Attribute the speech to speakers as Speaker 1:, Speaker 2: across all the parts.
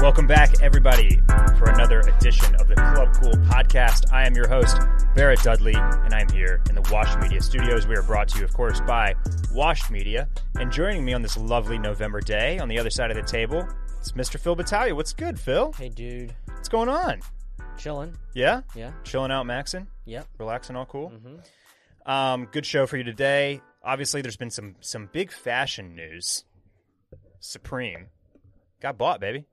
Speaker 1: Welcome back, everybody, for another edition of the Club Cool podcast. I am your host, Barrett Dudley, and I'm here in the Wash Media studios. We are brought to you, of course, by Wash Media. And joining me on this lovely November day on the other side of the table, it's Mr. Phil Battaglia. What's good, Phil?
Speaker 2: Hey, dude.
Speaker 1: What's going on?
Speaker 2: Chilling.
Speaker 1: Yeah?
Speaker 2: Yeah.
Speaker 1: Chilling out, maxing?
Speaker 2: Yep.
Speaker 1: Relaxing, all cool?
Speaker 2: hmm
Speaker 1: Um, good show for you today. Obviously, there's been some some big fashion news. Supreme got bought, baby.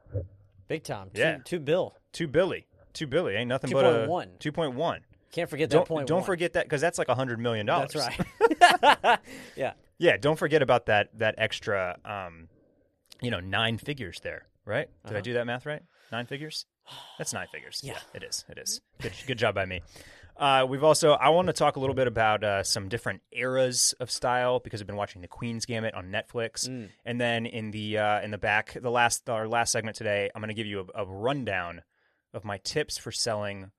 Speaker 2: Big time. Two,
Speaker 1: Yeah.
Speaker 2: Two bill.
Speaker 1: Two billy, two billy ain't nothing but a
Speaker 2: 2.1.
Speaker 1: two point one.
Speaker 2: Can't forget that
Speaker 1: Don't
Speaker 2: point.
Speaker 1: don't
Speaker 2: one.
Speaker 1: forget that because that's like a hundred million dollars.
Speaker 2: That's right. yeah.
Speaker 1: Yeah, don't forget about that that extra, um, you know, nine figures there. Right? Did I do that math right? Nine figures. That's nine figures.
Speaker 2: Yeah.
Speaker 1: it is. It is. Good, good job by me. Uh, we've also I want to talk a little bit about uh, some different eras of style because I've been watching the Queen's Gambit on Netflix, and then in the uh, in the back the last our last segment today I'm going to give you a, a rundown of my tips for selling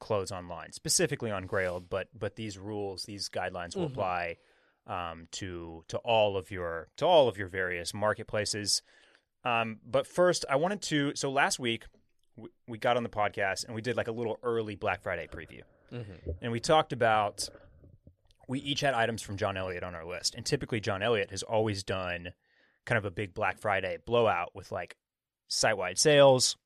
Speaker 1: clothes online, specifically on Grailed, but but these rules, these guidelines will apply um, to to all of your to all of your various marketplaces. Um, but first, I wanted to. So last week we, we got on the podcast and we did like a little early Black Friday preview,
Speaker 2: Mm-hmm.
Speaker 1: and we talked about we each had items from John Elliott on our list, and typically John Elliott has always done kind of a big Black Friday blowout with like site wide sales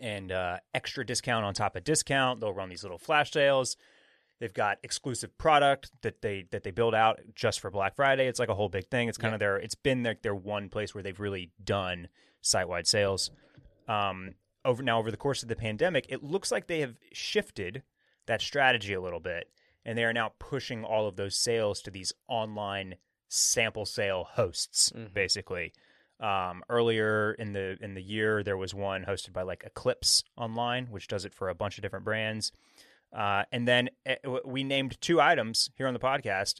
Speaker 1: and uh, extra discount on top of discount. They'll run these little flash sales. They've got exclusive product that they that they build out just for Black Friday. It's like a whole big thing. It's kind of their it's been their their one place where they've really done site wide sales. Um, over now over the course of the pandemic, it looks like they have shifted that strategy a little bit, and they are now pushing all of those sales to these online sample sale hosts, basically. Um, earlier in the in the year, there was one hosted by like Eclipse Online, which does it for a bunch of different brands. Uh, and then eh, w- we named two items here on the podcast.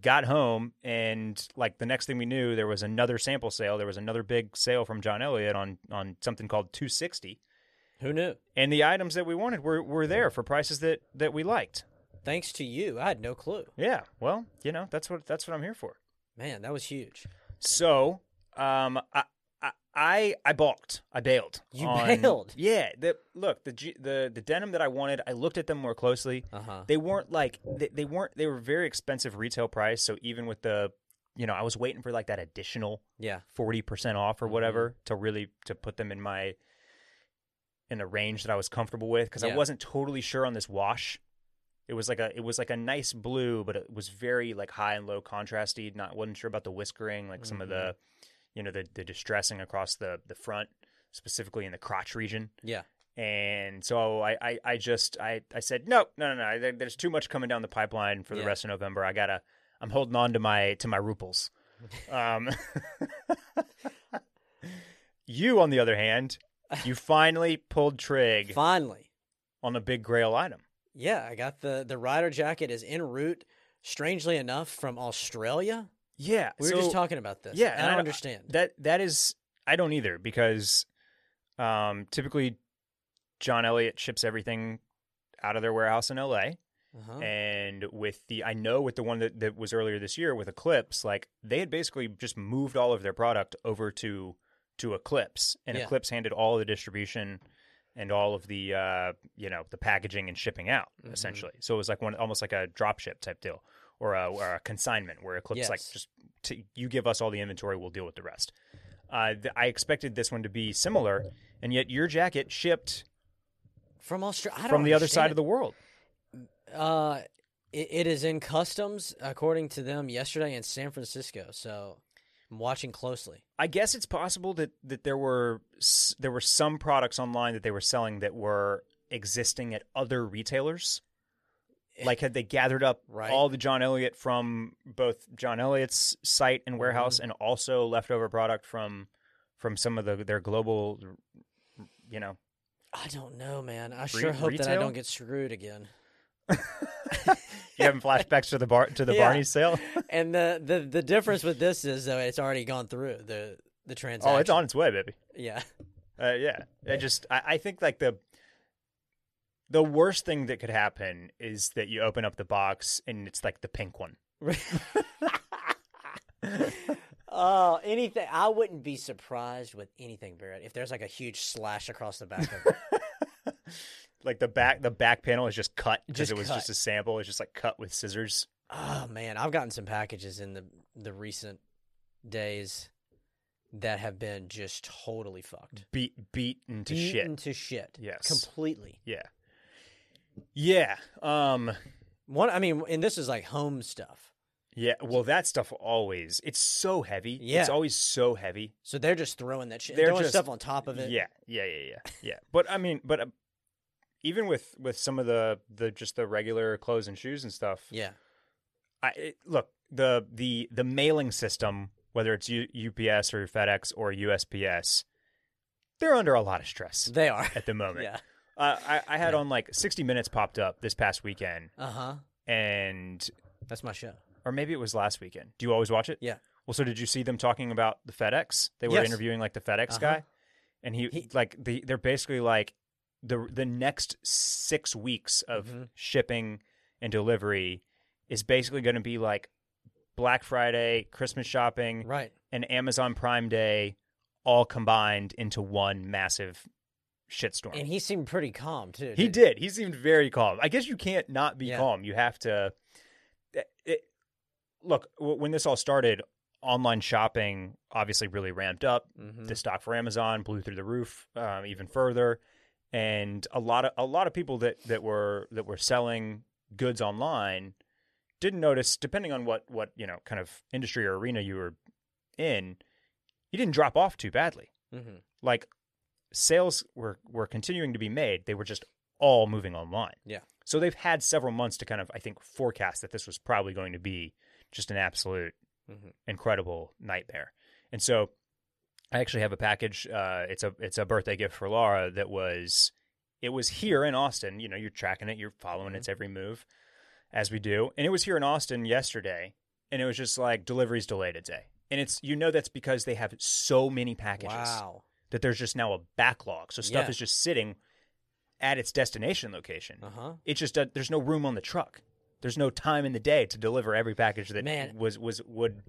Speaker 1: Got home, and like the next thing we knew, there was another sample sale. There was another big sale from John Elliott on on something called 260,
Speaker 2: Who knew?
Speaker 1: and the items that we wanted were were there for prices that that we liked.
Speaker 2: Thanks to you, I had no clue.
Speaker 1: Yeah, well, you know that's what that's what I'm here for.
Speaker 2: Man, that was huge.
Speaker 1: So, um, I, I- I, I balked. I bailed.
Speaker 2: You
Speaker 1: on-
Speaker 2: bailed?
Speaker 1: Yeah. The, look, the, G- the the denim that I wanted, I looked at them more closely.
Speaker 2: Uh-huh.
Speaker 1: They weren't like they, they weren't. They were very expensive retail price. So even with the, you know, I was waiting for like that additional
Speaker 2: Yeah.
Speaker 1: forty percent off or whatever to really to put them in my in a range that I was comfortable with because I
Speaker 2: Yeah.
Speaker 1: wasn't totally sure on this wash. It was like a it was like a nice blue, but it was very like high and low contrasty. Not wasn't sure about the whiskering, like some of the you know the the distressing across the the front, specifically in the crotch region.
Speaker 2: Yeah.
Speaker 1: And so I, I, I just I, I said no no no no there, there's too much coming down the pipeline for the
Speaker 2: Yeah.
Speaker 1: rest of November I gotta I'm holding on to my to my ruples. Um, you on the other hand, you finally pulled trig
Speaker 2: Finally.
Speaker 1: on a big grail item.
Speaker 2: Yeah, I got the the rider jacket is en route. Strangely enough, from Australia.
Speaker 1: Yeah,
Speaker 2: We were
Speaker 1: so-
Speaker 2: just talking about this.
Speaker 1: Yeah,
Speaker 2: and
Speaker 1: and
Speaker 2: I
Speaker 1: I-
Speaker 2: don't understand.
Speaker 1: That that is I don't either because um, typically John Elliott ships everything out of their warehouse in L.A.
Speaker 2: uh-huh.
Speaker 1: eh, And with the, I know with the one that, that was earlier this year with Eclipse, like they had basically just moved all of their product over to to Eclipse, and
Speaker 2: Yeah.
Speaker 1: Eclipse handed all the distribution and all of the uh, you know the packaging and shipping out
Speaker 2: Mm-hmm.
Speaker 1: essentially. So it was like one almost like a drop ship type deal or a, or a consignment where Eclipse like
Speaker 2: Yes.
Speaker 1: just t you give us all the inventory, we'll deal with the rest. Uh, th- I expected this one to be similar, and yet your jacket shipped
Speaker 2: From Australia.
Speaker 1: from the other side of the world.
Speaker 2: Uh, it, it is in customs, according to them, yesterday in San Francisco. So I'm watching closely.
Speaker 1: I guess it's possible that that there were s- there were some products online that they were selling that were existing at other retailers. Like had they gathered up
Speaker 2: Eh. Right.
Speaker 1: all the John Elliott from both John Elliott's site and warehouse,
Speaker 2: Mm-hmm.
Speaker 1: and also leftover product from from some of the their global, you know,
Speaker 2: I don't know, man. I
Speaker 1: Re-
Speaker 2: sure hope that I
Speaker 1: retail?
Speaker 2: don't get screwed again.
Speaker 1: you having flashbacks to the bar to the
Speaker 2: Yeah.
Speaker 1: Barney sale.
Speaker 2: and the, the the difference with this is though it's already gone through the the transaction.
Speaker 1: oh, it's on its way, baby.
Speaker 2: Yeah,
Speaker 1: Uh, yeah, I just I, I think like the the worst thing that could happen is that you open up the box and it's like the pink one.
Speaker 2: Oh, anything. I wouldn't be surprised with anything, Barrett. If there's like a huge slash across the back of it,
Speaker 1: Like the back, the back panel is just cut because
Speaker 2: Just
Speaker 1: it was
Speaker 2: cut.
Speaker 1: just a sample. It's just like cut with scissors.
Speaker 2: oh man, I've gotten some packages in the the recent days that have been just totally fucked,
Speaker 1: Beat, beaten to
Speaker 2: Beaten
Speaker 1: shit.
Speaker 2: to shit,
Speaker 1: Yes.
Speaker 2: completely.
Speaker 1: Yeah, yeah, um,
Speaker 2: One, I mean, and this is like home stuff,
Speaker 1: yeah. Well, that stuff always. It's so heavy.
Speaker 2: Yeah.
Speaker 1: it's always so heavy.
Speaker 2: so they're just throwing that shit,
Speaker 1: They're
Speaker 2: throwing
Speaker 1: just-
Speaker 2: stuff on top of it.
Speaker 1: Yeah, yeah, yeah, yeah, yeah. But I mean, but uh, even with with some of the the just the regular clothes and shoes and stuff.
Speaker 2: yeah.
Speaker 1: I it, look the the the mailing system, whether it's U- UPS or FedEx or USPS, they're under a lot of stress
Speaker 2: They are.
Speaker 1: at the moment.
Speaker 2: yeah.
Speaker 1: Uh, I, I had
Speaker 2: Yeah.
Speaker 1: on like 60 Minutes popped up this past weekend,
Speaker 2: Uh huh.
Speaker 1: and
Speaker 2: That's my show.
Speaker 1: or maybe it was last weekend. Do you always watch it?
Speaker 2: Yeah.
Speaker 1: Well, so did you see them talking about the FedEx? They were
Speaker 2: Yes.
Speaker 1: interviewing like the FedEx
Speaker 2: Uh-huh.
Speaker 1: guy, and he,
Speaker 2: He-
Speaker 1: like the they're basically like the the next six weeks of
Speaker 2: Mhm.
Speaker 1: shipping and delivery is basically going to be like Black Friday, Christmas shopping,
Speaker 2: Right.
Speaker 1: and Amazon Prime Day all combined into one massive shitstorm.
Speaker 2: And he seemed pretty calm too.
Speaker 1: He
Speaker 2: didn't
Speaker 1: did. He seemed very calm. I guess you can't not be
Speaker 2: Yeah.
Speaker 1: calm. You have to. It, it- look, w- when this all started, online shopping obviously really ramped up.
Speaker 2: Mhm.
Speaker 1: The stock for Amazon blew through the roof um, even further, and a lot of a lot of people that that were that were selling goods online didn't notice. Depending on what what you know kind of industry or arena you were in, you didn't drop off too badly
Speaker 2: Mhm.
Speaker 1: like sales were were continuing to be made they were just all moving online
Speaker 2: Yeah.
Speaker 1: so they've had several months to kind of i think forecast that this was probably going to be just an absolute
Speaker 2: Mhm.
Speaker 1: incredible nightmare and so i actually have a package uh it's a it's a birthday gift for laura that was it was here in austin you know you're tracking it you're following
Speaker 2: Mm-hmm.
Speaker 1: its every move as we do and it was here in austin yesterday and it was just like deliveries delayed a day and it's you know that's because they have so many packages
Speaker 2: Wow.
Speaker 1: that there's just now a backlog. So stuff
Speaker 2: Yeah.
Speaker 1: is just sitting at its destination location.
Speaker 2: Uh huh.
Speaker 1: It just does, there's no room on the truck. There's no time in the day to deliver every package that
Speaker 2: Man.
Speaker 1: was was would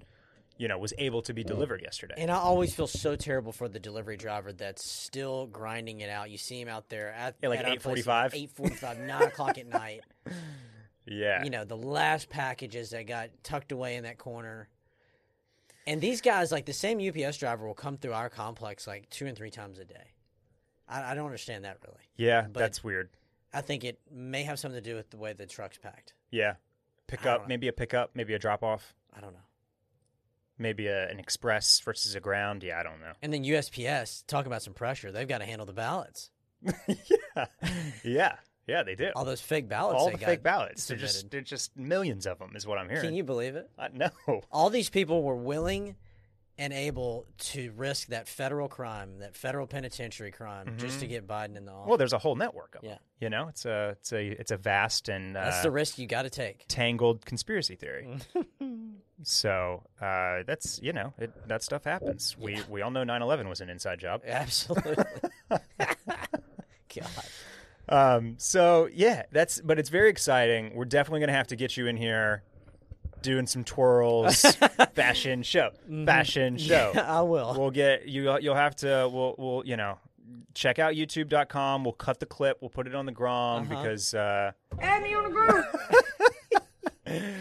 Speaker 1: you know was able to be delivered yesterday.
Speaker 2: And I always feel so terrible for the delivery driver that's still grinding it out. You see him out there at
Speaker 1: Yeah, like 8:45.
Speaker 2: eight forty-five, nine o'clock at night.
Speaker 1: yeah,
Speaker 2: You know, the last packages that got tucked away in that corner. And these guys, like the same UPS driver, will come through our complex like two and three times a day. I, I don't understand that really.
Speaker 1: yeah,
Speaker 2: but-
Speaker 1: that's weird.
Speaker 2: I think it may have something to do with the way the truck's packed.
Speaker 1: Yeah, pick
Speaker 2: I
Speaker 1: up
Speaker 2: don't know.
Speaker 1: maybe a pickup, maybe a drop off,
Speaker 2: I don't know.
Speaker 1: maybe a, an express versus a ground. Yeah, I don't know.
Speaker 2: And then USPS, talk about some pressure. They've got to handle the ballots.
Speaker 1: yeah, yeah, yeah, they do.
Speaker 2: All those fake ballots
Speaker 1: All
Speaker 2: they
Speaker 1: the
Speaker 2: got.
Speaker 1: fake ballots. They're just
Speaker 2: submitted.
Speaker 1: they're just millions of them is what I'm hearing.
Speaker 2: Can you believe it?
Speaker 1: I know.
Speaker 2: all these people were willing and able to risk that federal crime, that federal penitentiary crime, just to get Biden in the office.
Speaker 1: Mm-hmm. Well, there's a whole network of
Speaker 2: Yeah.
Speaker 1: them. You know, it's a it's a it's a vast and
Speaker 2: That's
Speaker 1: uh,
Speaker 2: the risk you got to take.
Speaker 1: tangled conspiracy theory.
Speaker 2: Mm.
Speaker 1: so uh, that's you know it, that stuff happens. We we all know 9/11 was an inside job.
Speaker 2: Absolutely. God.
Speaker 1: Um, so yeah, that's but it's very exciting. We're definitely gonna have to get you in here doing some twirls, fashion show,
Speaker 2: Mm-hmm.
Speaker 1: fashion show.
Speaker 2: I will.
Speaker 1: We'll get you. You'll have to. We'll. We'll. You know, check out YouTube.com. We'll cut the clip. We'll put it on the Grom because. Uh,
Speaker 3: Add me on the group.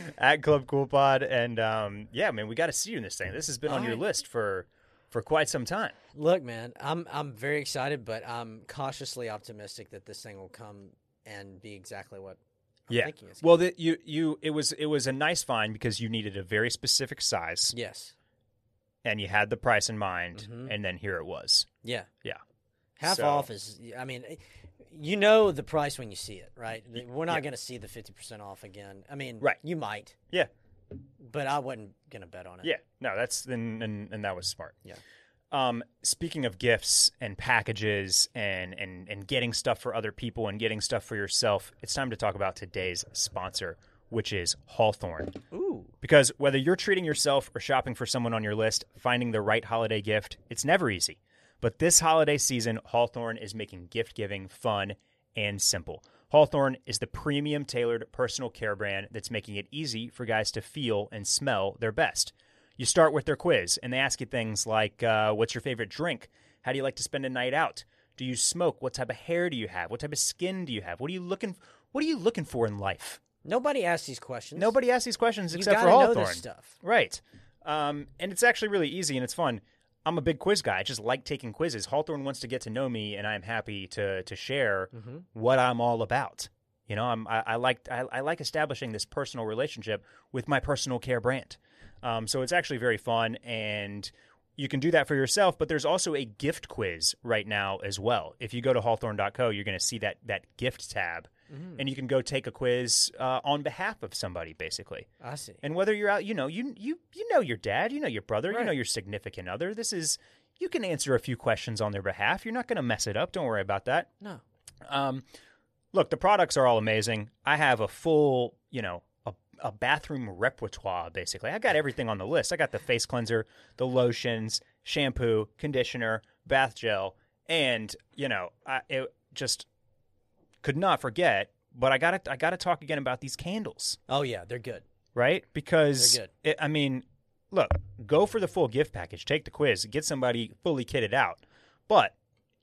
Speaker 1: at Club Cool Pod. And um, yeah, man, we got to see you in this thing. This has been on
Speaker 2: All
Speaker 1: your
Speaker 2: right.
Speaker 1: list for for quite some time.
Speaker 2: Look, man, I'm I'm very excited, but I'm cautiously optimistic that this thing will come and be exactly what I'm
Speaker 1: yeah.
Speaker 2: thinking it's
Speaker 1: Well, the, you you it was it was a nice find because you needed a very specific size
Speaker 2: Yes.
Speaker 1: and you had the price in mind,
Speaker 2: Mhm.
Speaker 1: and then here it was.
Speaker 2: Yeah.
Speaker 1: Yeah.
Speaker 2: Half
Speaker 1: So-
Speaker 2: off is, I mean, eh, you know the price when you see it, right? We're not going to see the 50% off again. I mean,
Speaker 1: Right.
Speaker 2: you might,
Speaker 1: Yeah.
Speaker 2: but I wasn't going to bet on it.
Speaker 1: Yeah. No, that's and and, and that was smart.
Speaker 2: Yeah.
Speaker 1: Um, speaking of gifts and packages and, and and getting stuff for other people and getting stuff for yourself, it's time to talk about today's sponsor, which is Hawthorne.
Speaker 2: Ooh.
Speaker 1: Because whether you're treating yourself or shopping for someone on your list, finding the right holiday gift, it's never easy. But this holiday season, Hawthorne is making gift giving fun and simple. Hawthorne is the premium tailored personal care brand that's making it easy for guys to feel and smell their best. You start with their quiz, and they ask you things like, uh, "What's your favorite drink? How do you like to spend a night out? Do you smoke? What type of hair do you have? What type of skin do you have? What are you looking? What are you looking for in life?"
Speaker 2: Nobody asks these questions.
Speaker 1: Nobody asks these questions
Speaker 2: You
Speaker 1: except for
Speaker 2: gotta know
Speaker 1: Hawthorne.
Speaker 2: this stuff.
Speaker 1: Right. Um, and it's actually really easy and it's fun. I'm a big quiz guy. I just like taking quizzes. Hawthorne wants to get to know me, and I'm happy to to share what I'm all about. You know, I'm, I, I like I, I like establishing this personal relationship with my personal care brand. Um, so it's actually very fun, and you can do that for yourself. But there's also a gift quiz right now as well. If you go to Hawthorne.co, you're going to see that that gift tab, and you can go take a quiz uh, on behalf of somebody, basically.
Speaker 2: I see.
Speaker 1: And whether you're out, you know, you you you know your dad, you know your brother, you know
Speaker 2: Right.
Speaker 1: your significant other. This is you can answer a few questions on their behalf. You're not going to mess it up. Don't worry about that.
Speaker 2: No.
Speaker 1: Um, look, the products are all amazing. I have a full, you know, a, a bathroom repertoire basically. I got everything on the list. I got the face cleanser, the lotions, shampoo, conditioner, bath gel, and you know, I it just could not forget. But I got to I got to talk again about these candles
Speaker 2: Oh yeah, they're good.
Speaker 1: right? Because
Speaker 2: They're good.
Speaker 1: It, I mean, look, go for the full gift package, take the quiz, get somebody fully kitted out. But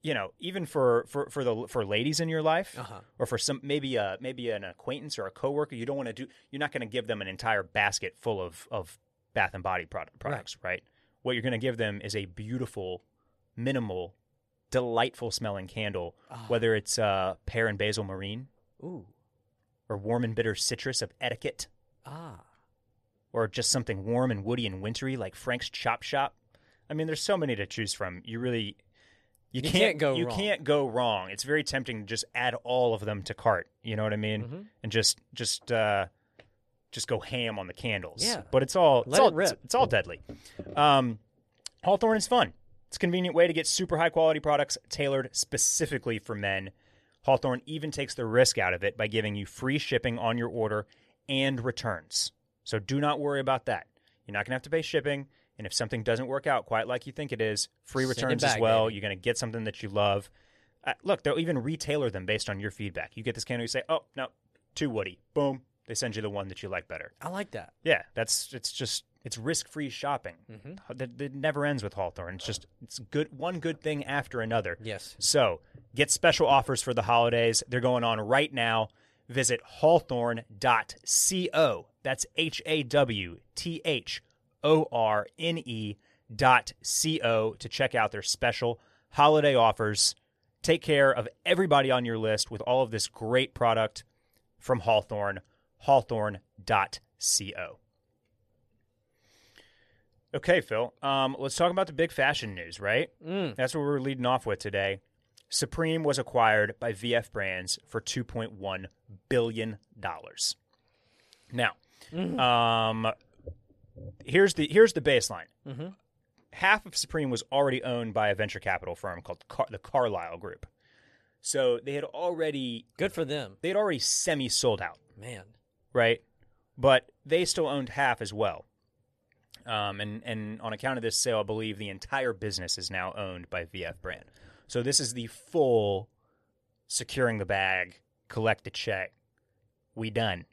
Speaker 1: you know, even for for for the for ladies in your life,
Speaker 2: Uh-huh.
Speaker 1: or for some maybe a maybe an acquaintance or a coworker, you don't want to do. You're not going to give them an entire basket full of of bath and body product, products, right? What you're going to give them is a beautiful, minimal, delightful smelling candle,
Speaker 2: Ah.
Speaker 1: whether it's uh, pear and basil marine
Speaker 2: Ooh.
Speaker 1: or warm and bitter citrus of etiquette
Speaker 2: Ah.
Speaker 1: or just something warm and woody and wintry like Frank's Chop Shop. I mean, there's so many to choose from. You really you,
Speaker 2: You can't go
Speaker 1: you
Speaker 2: wrong.
Speaker 1: can't go wrong. It's very tempting to just add all of them to cart. You know what I mean?
Speaker 2: Mm-hmm.
Speaker 1: And just just uh, just go ham on the candles.
Speaker 2: Yeah.
Speaker 1: But it's all it's
Speaker 2: Let
Speaker 1: all
Speaker 2: it rip.
Speaker 1: It's, it's all deadly. Um, Hawthorne is fun. It's a convenient way to get super high quality products tailored specifically for men. Hawthorne even takes the risk out of it by giving you free shipping on your order and returns. So do not worry about that. You're not going to have to pay shipping. And if something doesn't work out quite like you think it is, free
Speaker 2: Send it
Speaker 1: returns as
Speaker 2: back,
Speaker 1: well.
Speaker 2: baby.
Speaker 1: You're going to get something that you love. Uh, look, they'll even retailer them based on your feedback. You get this candle, you say, oh, no, too woody. Boom. They send you the one that you like better.
Speaker 2: I like that.
Speaker 1: Yeah, that's it's just it's risk-free shopping. That, that never ends with Hawthorne. It's just it's good one good thing after another.
Speaker 2: Yes.
Speaker 1: So get special offers for the holidays. They're going on right now. Visit hawthorne.co. That's H A W T H O R N E dot co to check out their special holiday offers. Take care of everybody on your list with all of this great product from Hawthorne, hawthorne.co. Okay, Phil, um, let's talk about the big fashion news, right?
Speaker 2: Mm.
Speaker 1: That's what we're leading off with today. Supreme was acquired by VF Brands for $2.1 billion. Now, um, here's the here's the baseline. Half of Supreme was already owned by a venture capital firm called Car- the Carlyle Group. So they had already
Speaker 2: Good for them,
Speaker 1: they had already semi sold out,
Speaker 2: man.
Speaker 1: right? But they still owned half as well. Um, and and on account of this sale, I believe the entire business is now owned by VF Brand. So this is the full securing the bag, collect the check, we done.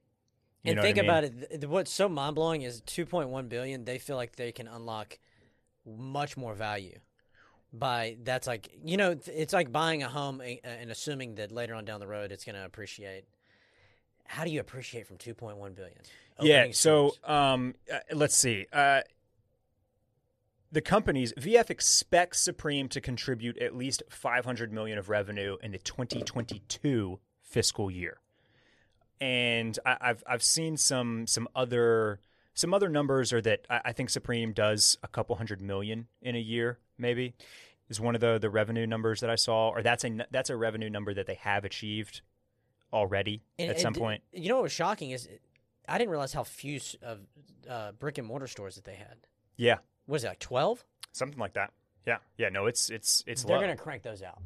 Speaker 1: You
Speaker 2: and
Speaker 1: know
Speaker 2: think
Speaker 1: what I mean?
Speaker 2: about it. th- What's so mind blowing is 2.1 billion. They feel like they can unlock much more value by that's like you know th- it's like buying a home a- and assuming that later on down the road it's going to appreciate. How do you appreciate from 2.1 billion?
Speaker 1: Yeah.
Speaker 2: Opening
Speaker 1: So
Speaker 2: stores.
Speaker 1: um, uh, let's see. Uh, the companies VF expects Supreme to contribute at least 500 million of revenue in the 2022 fiscal year, and I, I've I've seen some some other some other numbers are that I, I think Supreme does a couple hundred million in a year, maybe is one of the the revenue numbers that I saw, or that's a n- that's a revenue number that they have achieved already
Speaker 2: And-
Speaker 1: at
Speaker 2: and
Speaker 1: some
Speaker 2: d-
Speaker 1: point.
Speaker 2: you know what was shocking is I didn't realize how few s- of uh, brick and mortar stores that they had.
Speaker 1: Yeah.
Speaker 2: Was it like 12?
Speaker 1: something like that. Yeah, yeah. No, it's it's it's
Speaker 2: They're
Speaker 1: low.
Speaker 2: going to crank those out.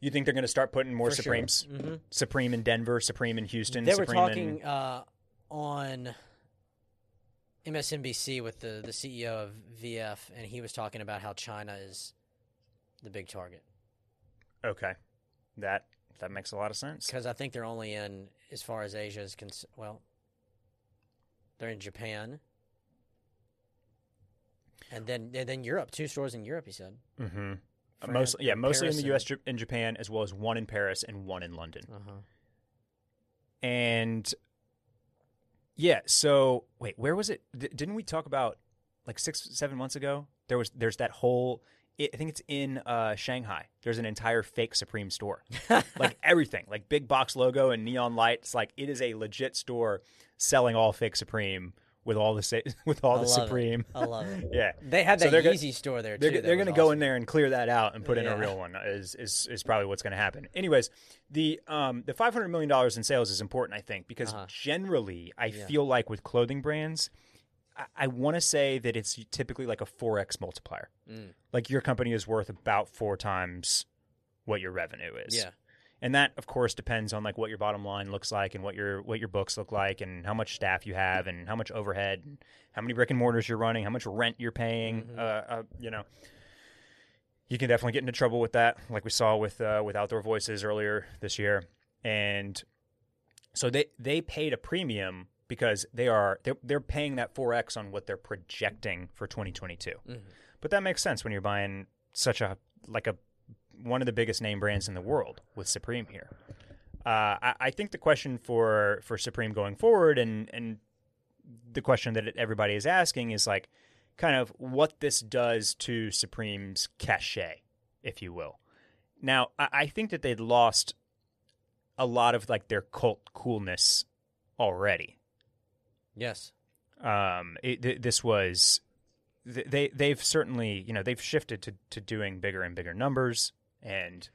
Speaker 1: You think they're going to start putting more
Speaker 2: For sure.
Speaker 1: Supremes?
Speaker 2: Mhm.
Speaker 1: Supreme in Denver, Supreme in Houston.
Speaker 2: They were
Speaker 1: Supreme
Speaker 2: talking
Speaker 1: In,
Speaker 2: uh, on MSNBC with the, the CEO of VF, and he was talking about how China is the big target
Speaker 1: okay, that that makes a lot of sense.
Speaker 2: because I think they're only in as far as Asia is concerned. Well, they're in Japan, and then and then Europe, two stores in Europe. He said.
Speaker 1: Mm-hmm.
Speaker 2: France
Speaker 1: Mostly, yeah,
Speaker 2: and
Speaker 1: mostly
Speaker 2: Paris
Speaker 1: in the U.S. Jap- and Japan, as well as one in Paris and one in London.
Speaker 2: and- Uh-huh.
Speaker 1: And yeah, so wait, where was it? D- didn't we talk about like six, seven months ago? There was there's that whole. It, I think it's in uh, Shanghai. There's an entire fake Supreme store, like everything, like big box logo and neon lights. Like it is a legit store selling all fake Supreme with all the sa- with all
Speaker 2: I
Speaker 1: the
Speaker 2: love it.
Speaker 1: Supreme.
Speaker 2: I love it.
Speaker 1: Yeah,
Speaker 2: They had
Speaker 1: So
Speaker 2: that
Speaker 1: they're gonna-
Speaker 2: Yeezy store there too.
Speaker 1: they're,
Speaker 2: that
Speaker 1: they're
Speaker 2: was
Speaker 1: going to go
Speaker 2: awesome.
Speaker 1: in there and clear that out and put in
Speaker 2: Yeah.
Speaker 1: a real one is, is is probably what's going to happen anyways the um the 500 million dollars in sales is important i think because
Speaker 2: Uh-huh.
Speaker 1: generally i
Speaker 2: Yeah.
Speaker 1: feel like with clothing brands i, I want to say that it's typically like a 4x multiplier
Speaker 2: Mm.
Speaker 1: like your company is worth about four times what your revenue is
Speaker 2: Yeah.
Speaker 1: and that of course depends on like what your bottom line looks like and what your what your books look like and how much staff you have and how much overhead and how many brick and mortars you're running how much rent you're paying
Speaker 2: Mhm.
Speaker 1: uh, uh, you know you can definitely get into trouble with that like we saw with uh, with outdoor voices earlier this year and so they they paid a premium because they are they're, they're paying that 4x on what they're projecting for 2022
Speaker 2: Mhm.
Speaker 1: but that makes sense when you're buying such a like a one of the biggest name brands in the world with Supreme here. Uh, I, I think the question for for Supreme going forward, and and the question that everybody is asking is like, kind of what this does to Supreme's cachet, if you will. Now, I, I think that they'd lost a lot of like their cult coolness already
Speaker 2: Yes.
Speaker 1: um, it, th- this was th- they they've certainly you know they've shifted to to doing bigger and bigger numbers and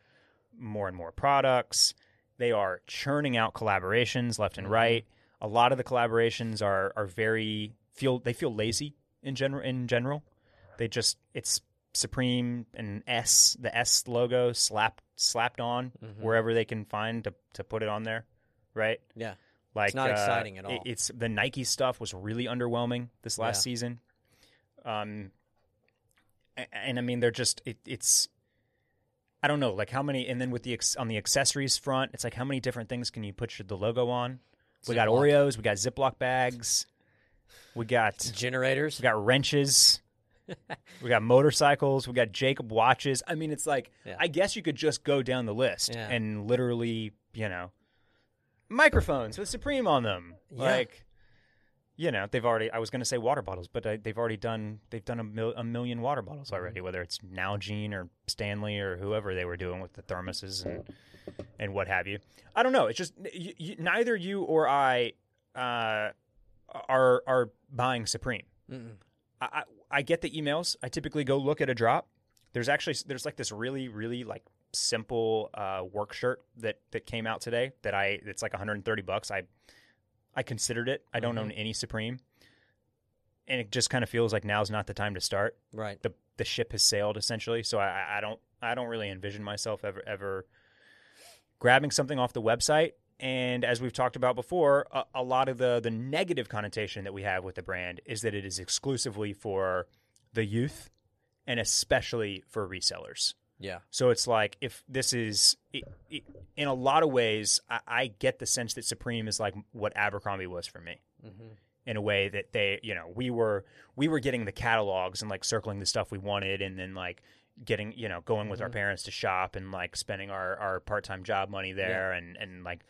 Speaker 1: more and more products. They are churning out collaborations left and right. A lot of the collaborations are are very feel they feel lazy in general in general. They just it's Supreme and S the S logo slapped slapped on
Speaker 2: Mhm.
Speaker 1: wherever they can find to to put it on there, right?
Speaker 2: Yeah.
Speaker 1: Like
Speaker 2: not
Speaker 1: uh,
Speaker 2: exciting at
Speaker 1: it-
Speaker 2: all.
Speaker 1: it's the Nike stuff was really underwhelming this last
Speaker 2: Yeah.
Speaker 1: season. Um, a- and I mean they're just it, it's I don't know like how many and then with the ex, on the accessories front it's like how many different things can you put your, the logo on? We got
Speaker 2: Ziploc.
Speaker 1: Oreos, we got Ziploc bags, we got
Speaker 2: Generators.
Speaker 1: we got wrenches. we got motorcycles. We got Jacob watches. I mean, it's like
Speaker 2: Yeah.
Speaker 1: I guess you could just go down the list
Speaker 2: Yeah.
Speaker 1: and literally, you know, microphones with Supreme on them.
Speaker 2: Yeah.
Speaker 1: Like, you know, they've already. I was going to say water bottles, but I, they've already done. They've done a, mil- a million water bottles
Speaker 2: Mm-hmm.
Speaker 1: already. Whether it's Nalgene or Stanley or whoever they were doing with the thermoses and and what have you. I don't know. It's just you, you, neither you or I uh, are are buying Supreme.
Speaker 2: Mm-mm.
Speaker 1: I, I I get the emails. I typically go look at a drop. There's actually there's like this really really like simple uh, work shirt that that came out today that I it's like 130 bucks. I I considered it. I don't
Speaker 2: Mhm.
Speaker 1: own any Supreme, and it just kind of feels like now's not the time to start.
Speaker 2: Right.
Speaker 1: the The ship has sailed essentially. So I- I I don't I don't really envision myself ever ever grabbing something off the website. And as we've talked about before, a, a lot of the the negative connotation that we have with the brand is that it is exclusively for the youth and especially for resellers.
Speaker 2: Yeah.
Speaker 1: So it's like if this is it, it, in a lot of ways, I, I get the sense that Supreme is like what Abercrombie was for me
Speaker 2: Mm-hmm.
Speaker 1: in a way that they you know we were we were getting the catalogs and like circling the stuff we wanted and then like getting you know going with our
Speaker 2: Mhm.
Speaker 1: parents to shop and like spending our our part-time job money there and and like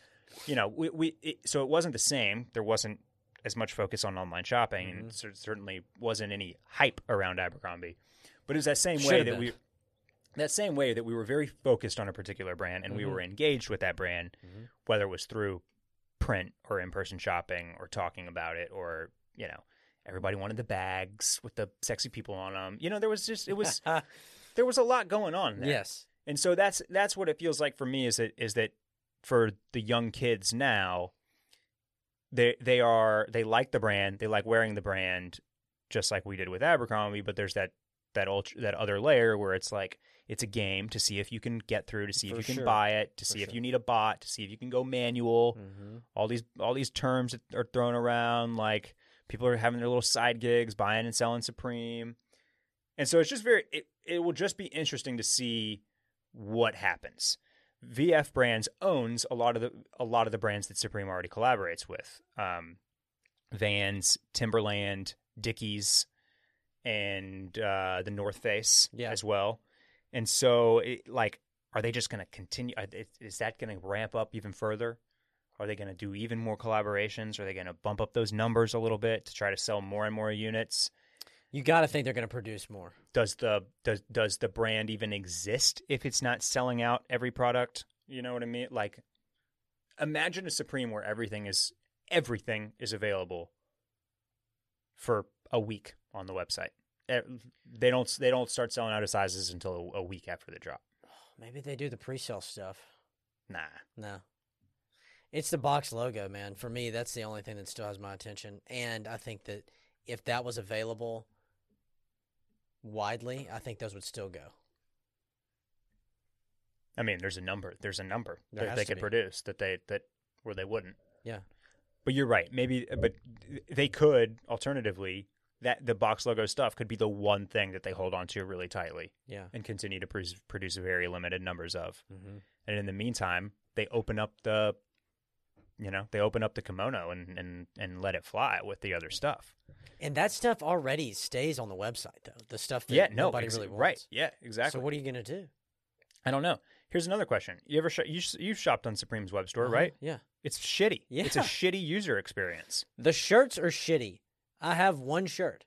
Speaker 1: you know we, we it, so it wasn't the same there wasn't as much focus on online shopping and
Speaker 2: Mhm.
Speaker 1: cer- certainly wasn't any hype around abercrombie but it was that same
Speaker 2: Should
Speaker 1: way
Speaker 2: have
Speaker 1: that
Speaker 2: been.
Speaker 1: we that same way that we were very focused on a particular brand and we
Speaker 2: Mhm.
Speaker 1: were engaged with that brand
Speaker 2: Mhm.
Speaker 1: whether it was through print or in-person shopping or talking about it or you know everybody wanted the bags with the sexy people on them you know there was just it was there was a lot going on there
Speaker 2: yes.
Speaker 1: and so that's that's what it feels like for me is that is that for the young kids now they they are they like the brand they like wearing the brand just like we did with Abercrombie but there's that that ultra, that other layer where it's like it's a game to see if you can get through to see
Speaker 2: For
Speaker 1: if you can
Speaker 2: sure.
Speaker 1: buy it to
Speaker 2: For
Speaker 1: see if
Speaker 2: sure.
Speaker 1: you need a bot to see if you can go manual
Speaker 2: Mm-hmm.
Speaker 1: all these all these terms that are thrown around like people are having their little side gigs buying and selling supreme and so it's just very it, it will just be interesting to see what happens vf brands owns a lot of the a lot of the brands that supreme already collaborates with um vans timberland dickies and uh, the North Face
Speaker 2: Yeah.
Speaker 1: as well. And so, it, like, are they just going to continue? are they- Is that going to ramp up even further? Are they going to do even more collaborations? Are they going to bump up those numbers a little bit to try to sell more and more units?
Speaker 2: You got to think they're going to produce more.
Speaker 1: Does the does does the brand even exist if it's not selling out every product? You know what I mean? Like, imagine a Supreme where everything is everything is available for a week on the website. Eh, They don't they don't start selling out of sizes until a, a week after the drop.
Speaker 2: Maybe they do the pre-sale stuff.
Speaker 1: Nah,
Speaker 2: No. It's the box logo, man. For me, that's the only thing that still has my attention. And I think that if that was available widely, I think those would still go.
Speaker 1: I mean, there's a number. There's a number
Speaker 2: There
Speaker 1: that
Speaker 2: has
Speaker 1: they
Speaker 2: to
Speaker 1: could
Speaker 2: be.
Speaker 1: produce that they that where they wouldn't.
Speaker 2: Yeah.
Speaker 1: But you're right. Maybe, but they could alternatively that the box logo stuff could be the one thing that they hold on to really tightly
Speaker 2: Yeah.
Speaker 1: and continue to pr- produce very limited numbers of.
Speaker 2: Mm-hmm.
Speaker 1: And in the meantime, they open up the, you know, they open up the kimono and and and let it fly with the other stuff.
Speaker 2: And that stuff already stays on the website, though. The stuff that
Speaker 1: yeah. No.
Speaker 2: nobody
Speaker 1: ex-
Speaker 2: really wants.
Speaker 1: Right. Yeah. Exactly.
Speaker 2: So what are you going to do?
Speaker 1: I don't know. Here's another question. You ever sh- you sh- you've shopped on Supreme's web store,
Speaker 2: Uh-huh,
Speaker 1: right?
Speaker 2: Yeah.
Speaker 1: It's shitty. It's a
Speaker 2: Yeah.
Speaker 1: shitty user experience.
Speaker 2: The shirts are shitty. I have one shirt.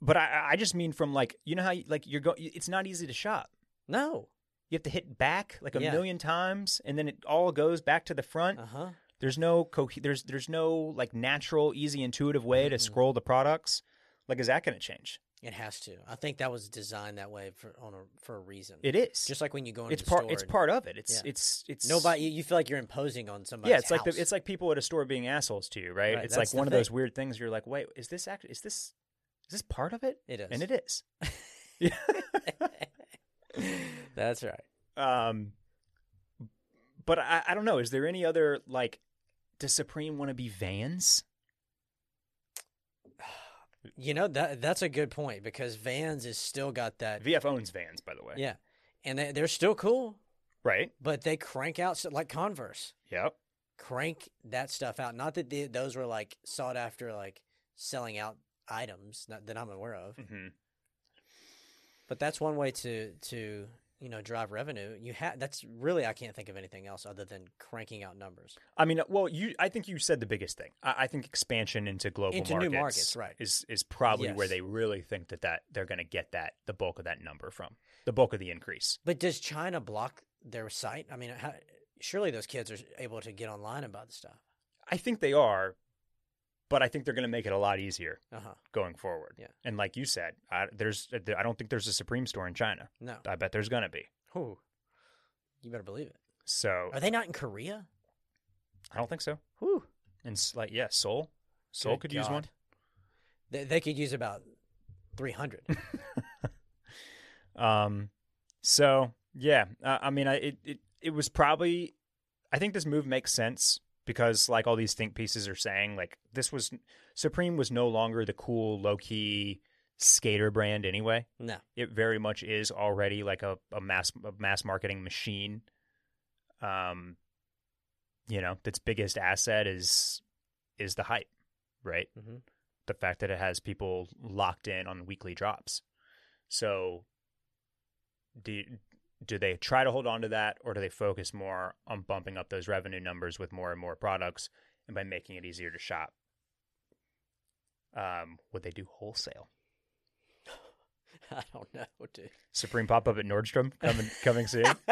Speaker 1: But I, I just mean from like you know how you, like you're go. It's not easy to shop.
Speaker 2: No.
Speaker 1: You have to hit back like a
Speaker 2: Yeah.
Speaker 1: million times, and then it all goes back to the front.
Speaker 2: Uh huh.
Speaker 1: There's no co- there's there's no like natural, easy, intuitive way
Speaker 2: Mm-hmm.
Speaker 1: to scroll the products. Like, is that going to change?
Speaker 2: It has to. I think that was designed that way for on a, for a reason.
Speaker 1: It is.
Speaker 2: Just like when you go into
Speaker 1: it's
Speaker 2: the
Speaker 1: part.
Speaker 2: store
Speaker 1: It's
Speaker 2: and-
Speaker 1: part of it. It's
Speaker 2: Yeah.
Speaker 1: it's it's
Speaker 2: Nobody, you- you feel like you're imposing on somebody.
Speaker 1: Yeah, it's like the, it's like people at a store being assholes to you, right?
Speaker 2: Right,
Speaker 1: it's like
Speaker 2: that's the
Speaker 1: one of those
Speaker 2: thing.
Speaker 1: weird things. You're like, wait, is this actually is this is this part of it?
Speaker 2: It is.
Speaker 1: And it is.
Speaker 2: That's right.
Speaker 1: Um, but I, I don't know. Is there any other like? Does Supreme want to be Vans?
Speaker 2: You know that that's a good point because Vans has still got that.
Speaker 1: VF owns Vans, by the way.
Speaker 2: Yeah, and they, they're still cool,
Speaker 1: Right.
Speaker 2: but they crank out stuff like Converse.
Speaker 1: Yep.
Speaker 2: Crank that stuff out. Not that the, those were like sought after, like selling out items not, that I'm aware of.
Speaker 1: hmm
Speaker 2: But that's one way to to you know drive revenue. You have that's really I can't think of anything else other than cranking out numbers.
Speaker 1: I mean, well, you. I think you said the biggest thing. I, I think expansion into global
Speaker 2: Into
Speaker 1: markets,
Speaker 2: new markets, right.
Speaker 1: Is is probably where
Speaker 2: Yes.
Speaker 1: they really think that that they're going to get that the bulk of that number from the bulk of the increase.
Speaker 2: But does China block their site? I mean, how, surely those kids are able to get online and buy the stuff.
Speaker 1: I think they are, but I think they're going to make it a lot easier
Speaker 2: Uh huh.
Speaker 1: going forward.
Speaker 2: Yeah.
Speaker 1: And like you said, I, there's. I don't think there's a Supreme store in China.
Speaker 2: No.
Speaker 1: I bet there's going to be.
Speaker 2: Whew. You better believe it.
Speaker 1: So
Speaker 2: Are they not in Korea?
Speaker 1: I don't think so.
Speaker 2: Whew.
Speaker 1: And s- like, yeah, Seoul. Seoul
Speaker 2: Good
Speaker 1: could use one.
Speaker 2: God. They, they could use about 300.
Speaker 1: Um, so yeah, uh, I mean, I, it it it was probably. I think this move makes sense because like all these think pieces are saying, like this was Supreme was no longer the cool low key skater brand anyway.
Speaker 2: no.
Speaker 1: It very much is already like a, a mass a mass marketing machine. Um, you know, its biggest asset is is the hype, right?
Speaker 2: Mm-hmm.
Speaker 1: the fact that it has people locked in on weekly drops. So do do they try to hold on to that or do they focus more on bumping up those revenue numbers with more and more products and by making it easier to shop? Um, would they do wholesale?
Speaker 2: I don't know, dude.
Speaker 1: Supreme pop up at Nordstrom coming coming soon.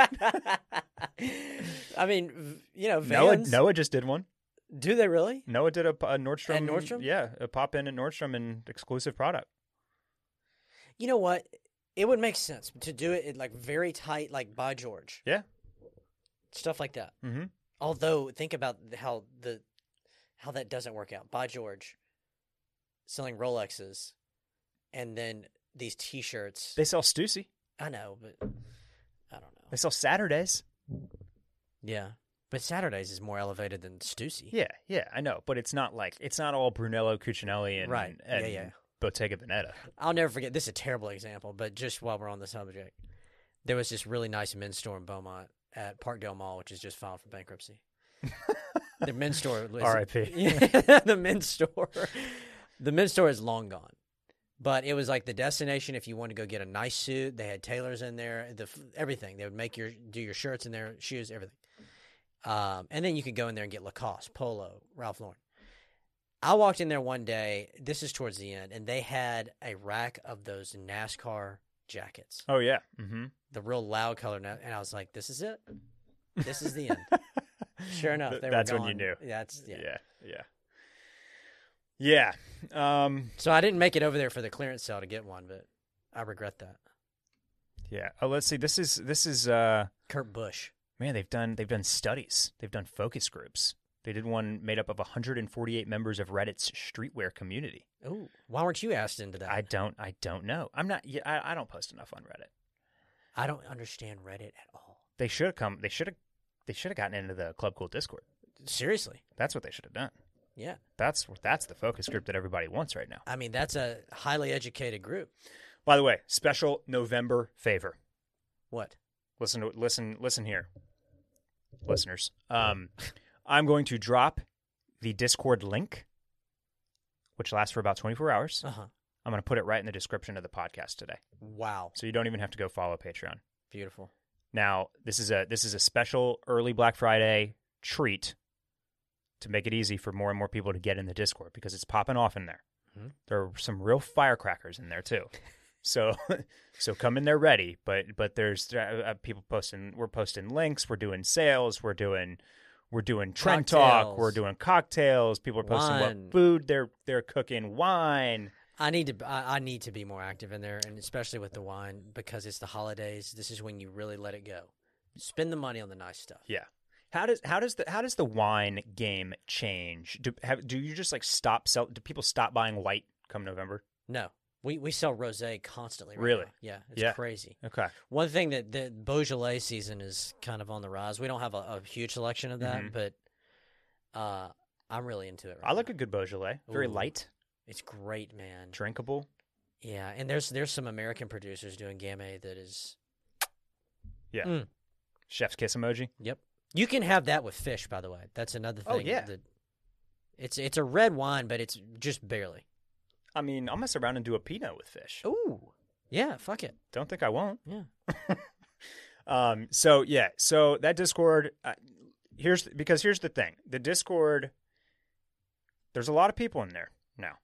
Speaker 2: I mean, v- you know,
Speaker 1: Noah
Speaker 2: Vans.
Speaker 1: Noah just did one.
Speaker 2: Do they really?
Speaker 1: Noah did a, a Nordstrom.
Speaker 2: At Nordstrom?
Speaker 1: yeah, a pop in at Nordstrom and exclusive product.
Speaker 2: You know what? It would make sense to do it at, like very tight, like by George.
Speaker 1: Yeah.
Speaker 2: Stuff like that.
Speaker 1: Mhm.
Speaker 2: Although, think about how the how that doesn't work out. By George, selling Rolexes, and then these T-shirts.
Speaker 1: They sell Stussy.
Speaker 2: I know, but I don't know.
Speaker 1: They sell Saturdays.
Speaker 2: Yeah, but Saturdays is more elevated than Stussy.
Speaker 1: Yeah, yeah, I know, but it's not like it's not all Brunello Cucinelli and
Speaker 2: Right, yeah,
Speaker 1: and
Speaker 2: yeah.
Speaker 1: Bottega Veneta.
Speaker 2: I'll never forget. This is a terrible example, but just while we're on the subject, there was this really nice men's store in Beaumont at Parkdale Mall, which has just filed for bankruptcy. the men's store, is,
Speaker 1: R.I.P.
Speaker 2: Yeah, the men's store, the men's store is long gone, But it was like the destination. If you want to go get a nice suit, they had tailors in there. The f- everything they would make your do your shirts and their shoes, everything. Um, and then you could go in there and get Lacoste, Polo, Ralph Lauren. I walked in there one day. This is towards the end, and they had a rack of those NASCAR jackets,
Speaker 1: Oh yeah. Mm-hmm.
Speaker 2: the real loud color. na- And I was like, "This is it. This is the end." Sure enough,
Speaker 1: Th-
Speaker 2: they
Speaker 1: that's
Speaker 2: were
Speaker 1: when you
Speaker 2: gone.
Speaker 1: knew.
Speaker 2: That's yeah.
Speaker 1: Yeah. Yeah. Yeah. Um,
Speaker 2: So I didn't make it over there for the clearance sale to get one, but I regret that.
Speaker 1: yeah. Oh, let's see. This is this is uh
Speaker 2: Kurt Busch.
Speaker 1: man. They've done they've done studies. They've done focus groups. They did one made up of 148 members of Reddit's streetwear community.
Speaker 2: Ooh, why weren't you asked into that?
Speaker 1: I
Speaker 2: I,
Speaker 1: don't I don't know. I'm not. Yeah, I, I don't post enough on Reddit.
Speaker 2: don't understand Reddit at all.
Speaker 1: They should have come. They should have. They should have gotten into the Club Cool Discord.
Speaker 2: Seriously,
Speaker 1: That's what they should have done.
Speaker 2: yeah.
Speaker 1: That's that's the focus group that everybody wants right now.
Speaker 2: I mean, that's a highly educated group.
Speaker 1: By the way, special November favor.
Speaker 2: What?
Speaker 1: Listen to listen listen here, listeners. Um, I'm going to drop the Discord link, which lasts for about 24 hours.
Speaker 2: Uh huh.
Speaker 1: I'm going to put it right in the description of the podcast today,
Speaker 2: Wow,
Speaker 1: so you don't even have to go follow Patreon.
Speaker 2: beautiful.
Speaker 1: Now, this is a this is a special early Black Friday treat to make it easy for more and more people to get in the Discord because it's popping off in there.
Speaker 2: Mhm.
Speaker 1: There are some real firecrackers in there too. So, so come in there ready. But but there's uh, uh, people posting. We're posting links. We're doing sales. We're doing we're doing trend talk.
Speaker 2: Cocktails.
Speaker 1: We're doing cocktails. People are posting
Speaker 2: Wine.
Speaker 1: what food they're they're cooking. Wine.
Speaker 2: I need to. I, I need to be more active in there, and especially with the wine because it's the holidays. This is when you really let it go. Spend the money on the nice stuff.
Speaker 1: Yeah. How does how does the how does the wine game change? Do have, do you just like stop sell? Do people stop buying white come November?
Speaker 2: No, we we sell rosé constantly. Right
Speaker 1: Really?
Speaker 2: now. Yeah. It's
Speaker 1: Yeah.
Speaker 2: crazy.
Speaker 1: Okay.
Speaker 2: One thing that the Beaujolais season is kind of on the rise. We don't have a, a huge selection of that,
Speaker 1: Mhm.
Speaker 2: but uh, I'm really into it. Right
Speaker 1: I like a
Speaker 2: now.
Speaker 1: good Beaujolais. Very
Speaker 2: Ooh.
Speaker 1: light,
Speaker 2: It's great, man.
Speaker 1: drinkable.
Speaker 2: Yeah, and there's there's some American producers doing Gamay that is.
Speaker 1: Chef's kiss emoji.
Speaker 2: Yep. You can have that with fish, by the way. That's another thing.
Speaker 1: Oh, yeah.
Speaker 2: That, it's it's a red wine, but it's just barely.
Speaker 1: I mean, I'll mess around and do a Pinot with fish.
Speaker 2: Ooh. Yeah. Fuck it.
Speaker 1: Don't think I won't.
Speaker 2: Yeah.
Speaker 1: Um. So yeah. So that Discord. Uh, here's because here's the thing. The Discord. There's a lot of people in there now,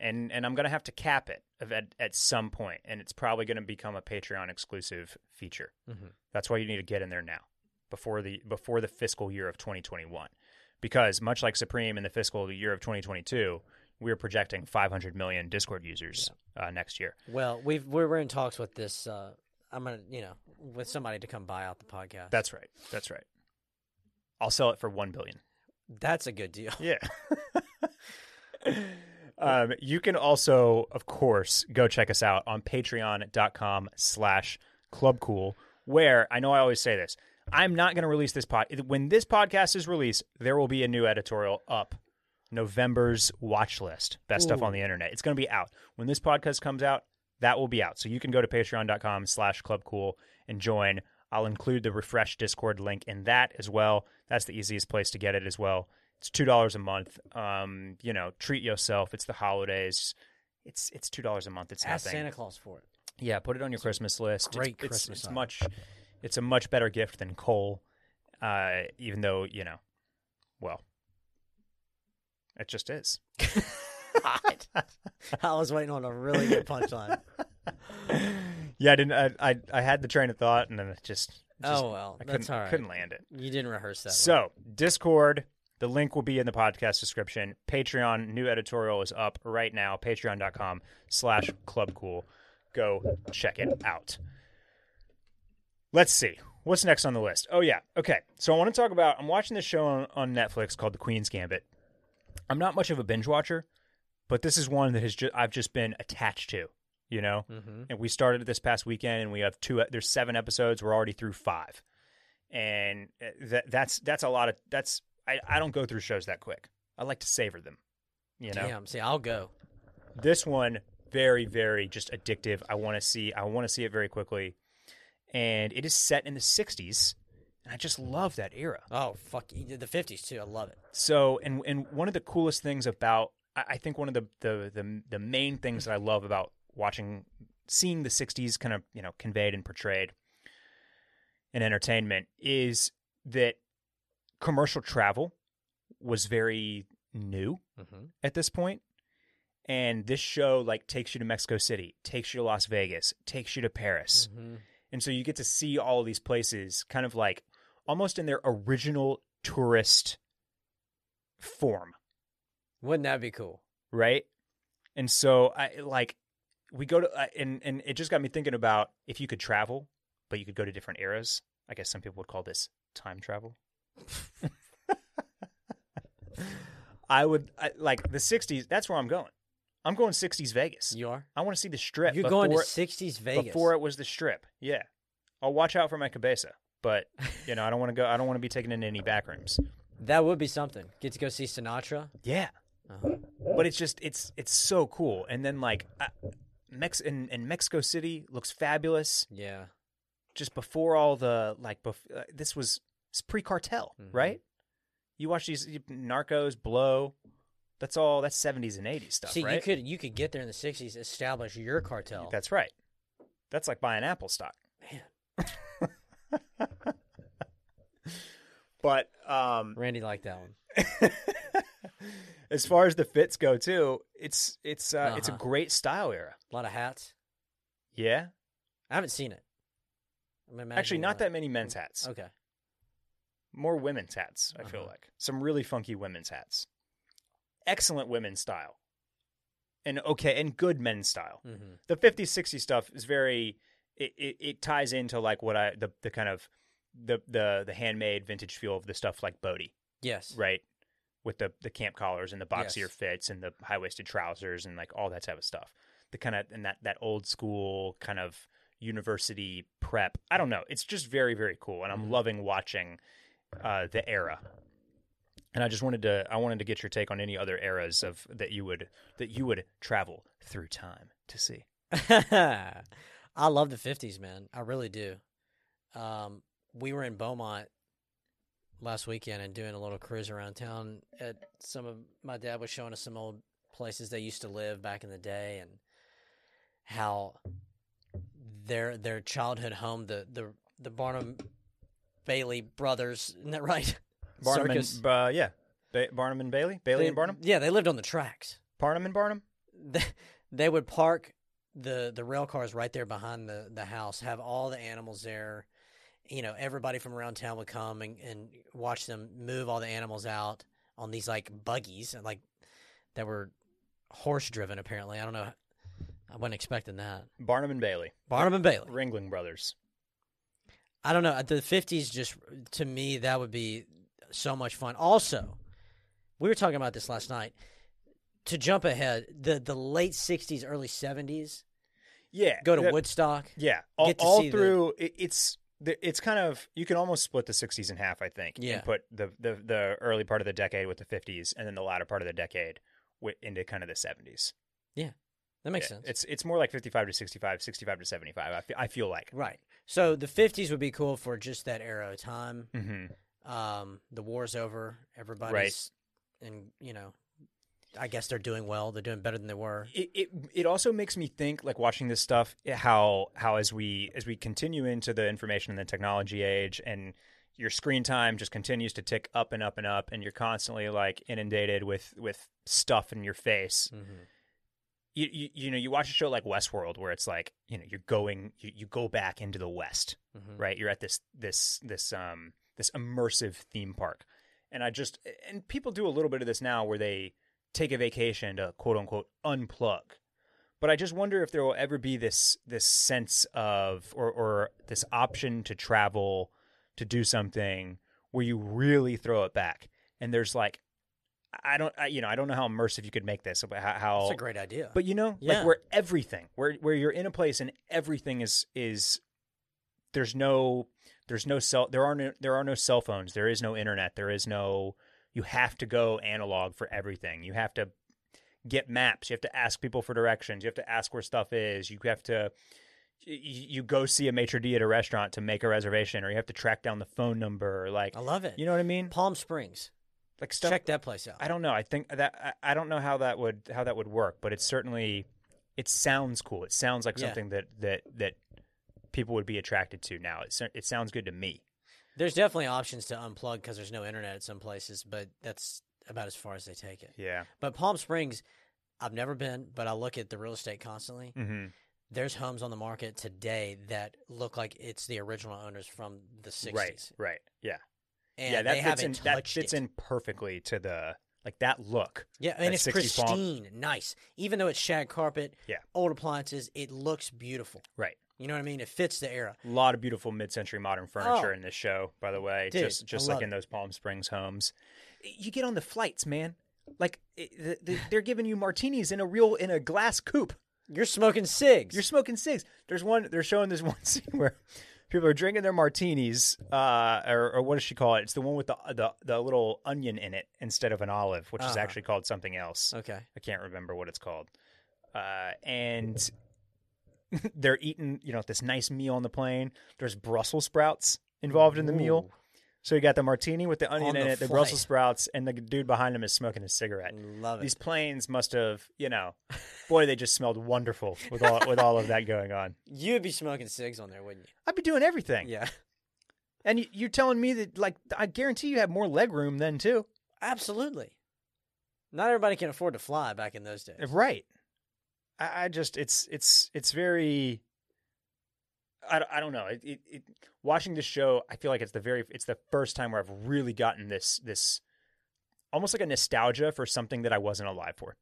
Speaker 1: and and I'm gonna have to cap it of- at at some point, and it's probably gonna become a Patreon exclusive feature.
Speaker 2: Mm-hmm.
Speaker 1: That's why you need to get in there now, before the before the fiscal year of 2021, because much like Supreme in the fiscal year of 2022, we are projecting 500 million Discord users uh, next year.
Speaker 2: Well, we've we're, we're in talks with this. Uh, I'm gonna you know with somebody to come buy out the podcast.
Speaker 1: That's right. That's right. I'll sell it for one billion.
Speaker 2: that's a good deal.
Speaker 1: Yeah. um, you can also, of course, go check us out on patreon.com slash clubcool, where I know I always say this. I'm not going to release this pod. When this podcast is released, there will be a new editorial up. November's watch list, best stuff
Speaker 2: Ooh.
Speaker 1: on the internet. It's going to be out. When this podcast comes out, that will be out. So you can go to patreon.com slash clubcool and join. I'll include the refresh Discord link in that as well. That's the easiest place to get it as well. It's two dollars a month. Um, you know, treat yourself. It's the holidays. It's it's two dollars a month. It's
Speaker 2: Ask
Speaker 1: nothing.
Speaker 2: Santa Claus for it.
Speaker 1: Yeah, put it on your Christmas list. It's-
Speaker 2: great
Speaker 1: it's,
Speaker 2: Christmas
Speaker 1: It's,
Speaker 2: item.
Speaker 1: much. It's a much better gift than coal. Uh, even though you know, well, it just is.
Speaker 2: I was waiting on a really good punchline.
Speaker 1: Yeah, I didn't. I, I I had the train of thought, and then it just. just
Speaker 2: oh well,
Speaker 1: I
Speaker 2: that's
Speaker 1: couldn't,
Speaker 2: all right.
Speaker 1: Couldn't land it.
Speaker 2: You didn't rehearse that. one.
Speaker 1: So Discord. The link will be in the podcast description. Patreon new editorial is up right now. Patreon.com slash club cool. Go check it out. Let's see. What's next on the list? Oh yeah. Okay. So I want to talk about I'm watching this show on, on Netflix called The Queen's Gambit. I'm not much of a binge watcher, but this is one that has ju- I've just been attached to, you know?
Speaker 2: Mhm.
Speaker 1: and we started this past weekend and we have two there's seven episodes we're already through five and uh, that that's that's a lot of that's I, I don't go through shows that quick i like to savor them you know
Speaker 2: Damn. See, I'll go.
Speaker 1: this one very very just addictive i want to see i want to see it very quickly and it is set in the 60s and i just love that era
Speaker 2: Oh fuck, you did the fifties too. I love it.
Speaker 1: so, and and one of the coolest things about I I think one of the the the, the main things that I love about watching, seeing the 60s kind of, you know, conveyed and portrayed in entertainment is that commercial travel was very new
Speaker 2: Mm-hmm.
Speaker 1: at this point. And this show like takes you to Mexico City, takes you to Las Vegas, takes you to Paris.
Speaker 2: Mm-hmm.
Speaker 1: And so you get to see all of these places kind of like almost in their original tourist form,
Speaker 2: Wouldn't that be cool?
Speaker 1: right? And so I like we go to I and and it just got me thinking about if you could travel, but you could go to different eras. I guess some people would call this time travel. I would I, like the 60s, that's where I'm going. I'm going 60s Vegas.
Speaker 2: You are.
Speaker 1: I want to see the strip
Speaker 2: You're going to
Speaker 1: before-
Speaker 2: '60s Vegas.
Speaker 1: before it was the strip. Yeah, I'll watch out for my cabeza, but you know I don't want to go. I don't want to be taken into any back rooms.
Speaker 2: that would be something. Get to go see Sinatra.
Speaker 1: Yeah,
Speaker 2: Uh-huh.
Speaker 1: but it's just it's it's so cool. And then like I, Mex and, and Mexico City looks fabulous.
Speaker 2: Yeah.
Speaker 1: Just before all the like, bef- uh, this was it's pre cartel,
Speaker 2: Mhm.
Speaker 1: right? You watch these you- Narcos, Blow. That's all. That's seventies and eighties stuff,
Speaker 2: see,
Speaker 1: right?
Speaker 2: you could you could get there in the '60s, establish your cartel.
Speaker 1: That's right. That's like buying Apple stock.
Speaker 2: Oh. Man.
Speaker 1: but um,
Speaker 2: Randy liked that one.
Speaker 1: as far as the fits go too it's it's uh, it's a
Speaker 2: Uh-huh.
Speaker 1: great style era
Speaker 2: A lot of hats.
Speaker 1: yeah
Speaker 2: I haven't seen it. I'm imagining
Speaker 1: actually not
Speaker 2: a
Speaker 1: that many men's hats
Speaker 2: lot. Okay.
Speaker 1: more women's hats i feel
Speaker 2: Uh-huh.
Speaker 1: like some really funky women's hats excellent women's style and okay and good men's style
Speaker 2: Mm-hmm.
Speaker 1: the 50 60 stuff is very it, it, it ties into like what i the, the kind of the the the handmade vintage feel of the stuff like bodie
Speaker 2: Yes.
Speaker 1: right with the the camp collars and the boxier
Speaker 2: Yes.
Speaker 1: fits and the high-waisted trousers and like all that type of stuff the kind of and that that old school kind of university prep i don't know it's just very very cool and i'm
Speaker 2: Mhm.
Speaker 1: loving watching uh the era and i just wanted to i wanted to get your take on any other eras of that you would that you would travel through time to see
Speaker 2: I love the fifties, man. I really do. Um, we were in Beaumont last weekend and doing a little cruise around town. At some of my dad was showing us some old places they used to live back in the day, and how their their childhood home, the the the Barnum Bailey brothers, isn't that right?
Speaker 1: barnum
Speaker 2: Circus.
Speaker 1: and uh, yeah ba- barnum and bailey bailey
Speaker 2: They-
Speaker 1: and barnum
Speaker 2: Yeah, they lived on the tracks.
Speaker 1: barnum and barnum
Speaker 2: they, they would park the the rail cars right there behind the the house have all the animals there you know everybody from around town would come and, and watch them move all the animals out on these like buggies and like that were horse driven apparently i don't know i wasn't expecting that
Speaker 1: barnum and bailey
Speaker 2: barnum and bailey
Speaker 1: ringling brothers
Speaker 2: I don't know. uh, The 50s just to me that would be so much fun. Also, we were talking about this last night. To jump ahead, the the late 60s, early 70s,
Speaker 1: yeah
Speaker 2: go to
Speaker 1: that-
Speaker 2: Woodstock.
Speaker 1: Yeah, all,
Speaker 2: get to
Speaker 1: all
Speaker 2: see the-
Speaker 1: through it, it's the- it's kind of you can almost split the 60s in half, I think.
Speaker 2: Yeah.
Speaker 1: and put the, the the early part of the decade with the 50s, and then the latter part of the decade wi- into kind of the 70s.
Speaker 2: That makes
Speaker 1: Yeah,
Speaker 2: sense.
Speaker 1: It's it's more like 55 to 65, 65 to 75. I feel, I feel like.
Speaker 2: right. So the 50s would be cool for just that era of time.
Speaker 1: hmm
Speaker 2: Um, the war's over. Everybody's and you know, I guess they're doing well. They're doing better than they were.
Speaker 1: It, it it also makes me think like watching this stuff eh, how how as we as we continue into the information and the technology age and your screen time just continues to tick up and up and up and you're constantly like inundated with with stuff in your face
Speaker 2: Mm-hmm.
Speaker 1: you, you you know you watch a show like Westworld where it's like you know you're going you, you go back into the West
Speaker 2: Mm-hmm.
Speaker 1: right you're at this this this um this immersive theme park and I just and people do a little bit of this now where they take a vacation to quote unquote unplug but I just wonder if there will ever be this this sense of or or this option to travel to do something where you really throw it back and there's like I don't I, you know I don't know how immersive you could make this about how, how
Speaker 2: That's a great idea.
Speaker 1: but you know,
Speaker 2: Yeah.
Speaker 1: like where everything, where where you're in a place and everything is is there's no there's no cell there are no there are no cell phones, there is no internet, there is no you have to go analog for everything. You have to get maps, you have to ask people for directions, you have to ask where stuff is, you have to y- you go see a maitre d at a restaurant to make a reservation or you have to track down the phone number or like
Speaker 2: I love it.
Speaker 1: you know what i mean
Speaker 2: Palm Springs.
Speaker 1: like stuff
Speaker 2: Check that place out.
Speaker 1: I don't know. I think that I, I don't know how that would how that would work, but it's certainly it sounds cool. It sounds like
Speaker 2: Yeah.
Speaker 1: something that that that people would be attracted to now. It so- it sounds good to me.
Speaker 2: There's definitely options to unplug because there's no internet at some places, but that's about as far as they take it.
Speaker 1: Yeah.
Speaker 2: But Palm Springs, I've never been, but I look at the real estate constantly.
Speaker 1: hmm
Speaker 2: There's homes on the market today that look like it's the original owners from the 60s.
Speaker 1: Right. Right. Yeah.
Speaker 2: And
Speaker 1: yeah. That
Speaker 2: they
Speaker 1: fits
Speaker 2: haven't
Speaker 1: in.
Speaker 2: touched
Speaker 1: That fits
Speaker 2: it.
Speaker 1: in perfectly to the like that look.
Speaker 2: Yeah, and
Speaker 1: that
Speaker 2: it's
Speaker 1: 60s Palm.
Speaker 2: pristine, nice. Even though it's shag carpet,
Speaker 1: Yeah.
Speaker 2: old appliances, it looks beautiful.
Speaker 1: Right.
Speaker 2: You know what I mean? It fits the era.
Speaker 1: A lot of beautiful mid-century modern furniture
Speaker 2: Oh.
Speaker 1: in this show, by the way.
Speaker 2: Dude,
Speaker 1: just
Speaker 2: I
Speaker 1: just
Speaker 2: love
Speaker 1: like in those Palm Springs homes. You get on the flights, man. Like it- th- th- they're giving you martinis in a real in a glass coupe.
Speaker 2: You're smoking cigs.
Speaker 1: You're smoking cigs. There's one. They're showing this one scene where people are drinking their martinis, uh, or, or what does she call it? It's the one with the the, the little onion in it instead of an olive, which is
Speaker 2: Uh-huh.
Speaker 1: actually called something else.
Speaker 2: okay.
Speaker 1: I can't remember what it's called. Uh, and they're eating, you know, this nice meal on the plane. There's Brussels sprouts involved in the meal. So you got the martini with the onion
Speaker 2: On
Speaker 1: in
Speaker 2: the
Speaker 1: it, the
Speaker 2: flight.
Speaker 1: Brussels sprouts, and the dude behind him is smoking a cigarette.
Speaker 2: Love it.
Speaker 1: These planes must have, you know, boy, they just smelled wonderful with all with all of that going on.
Speaker 2: You'd be smoking cigs on there, wouldn't
Speaker 1: I'd be doing everything.
Speaker 2: you? Yeah.
Speaker 1: And you, you're telling me that, like, I guarantee you have more leg room then too.
Speaker 2: Absolutely. Not everybody can afford to fly back in those days.
Speaker 1: Right. I, I just it's it's it's very. I, don't- I don't know. It, it, it watching this show, I feel like it's the very it's the first time where I've really gotten this this almost like a nostalgia for something that I wasn't alive for,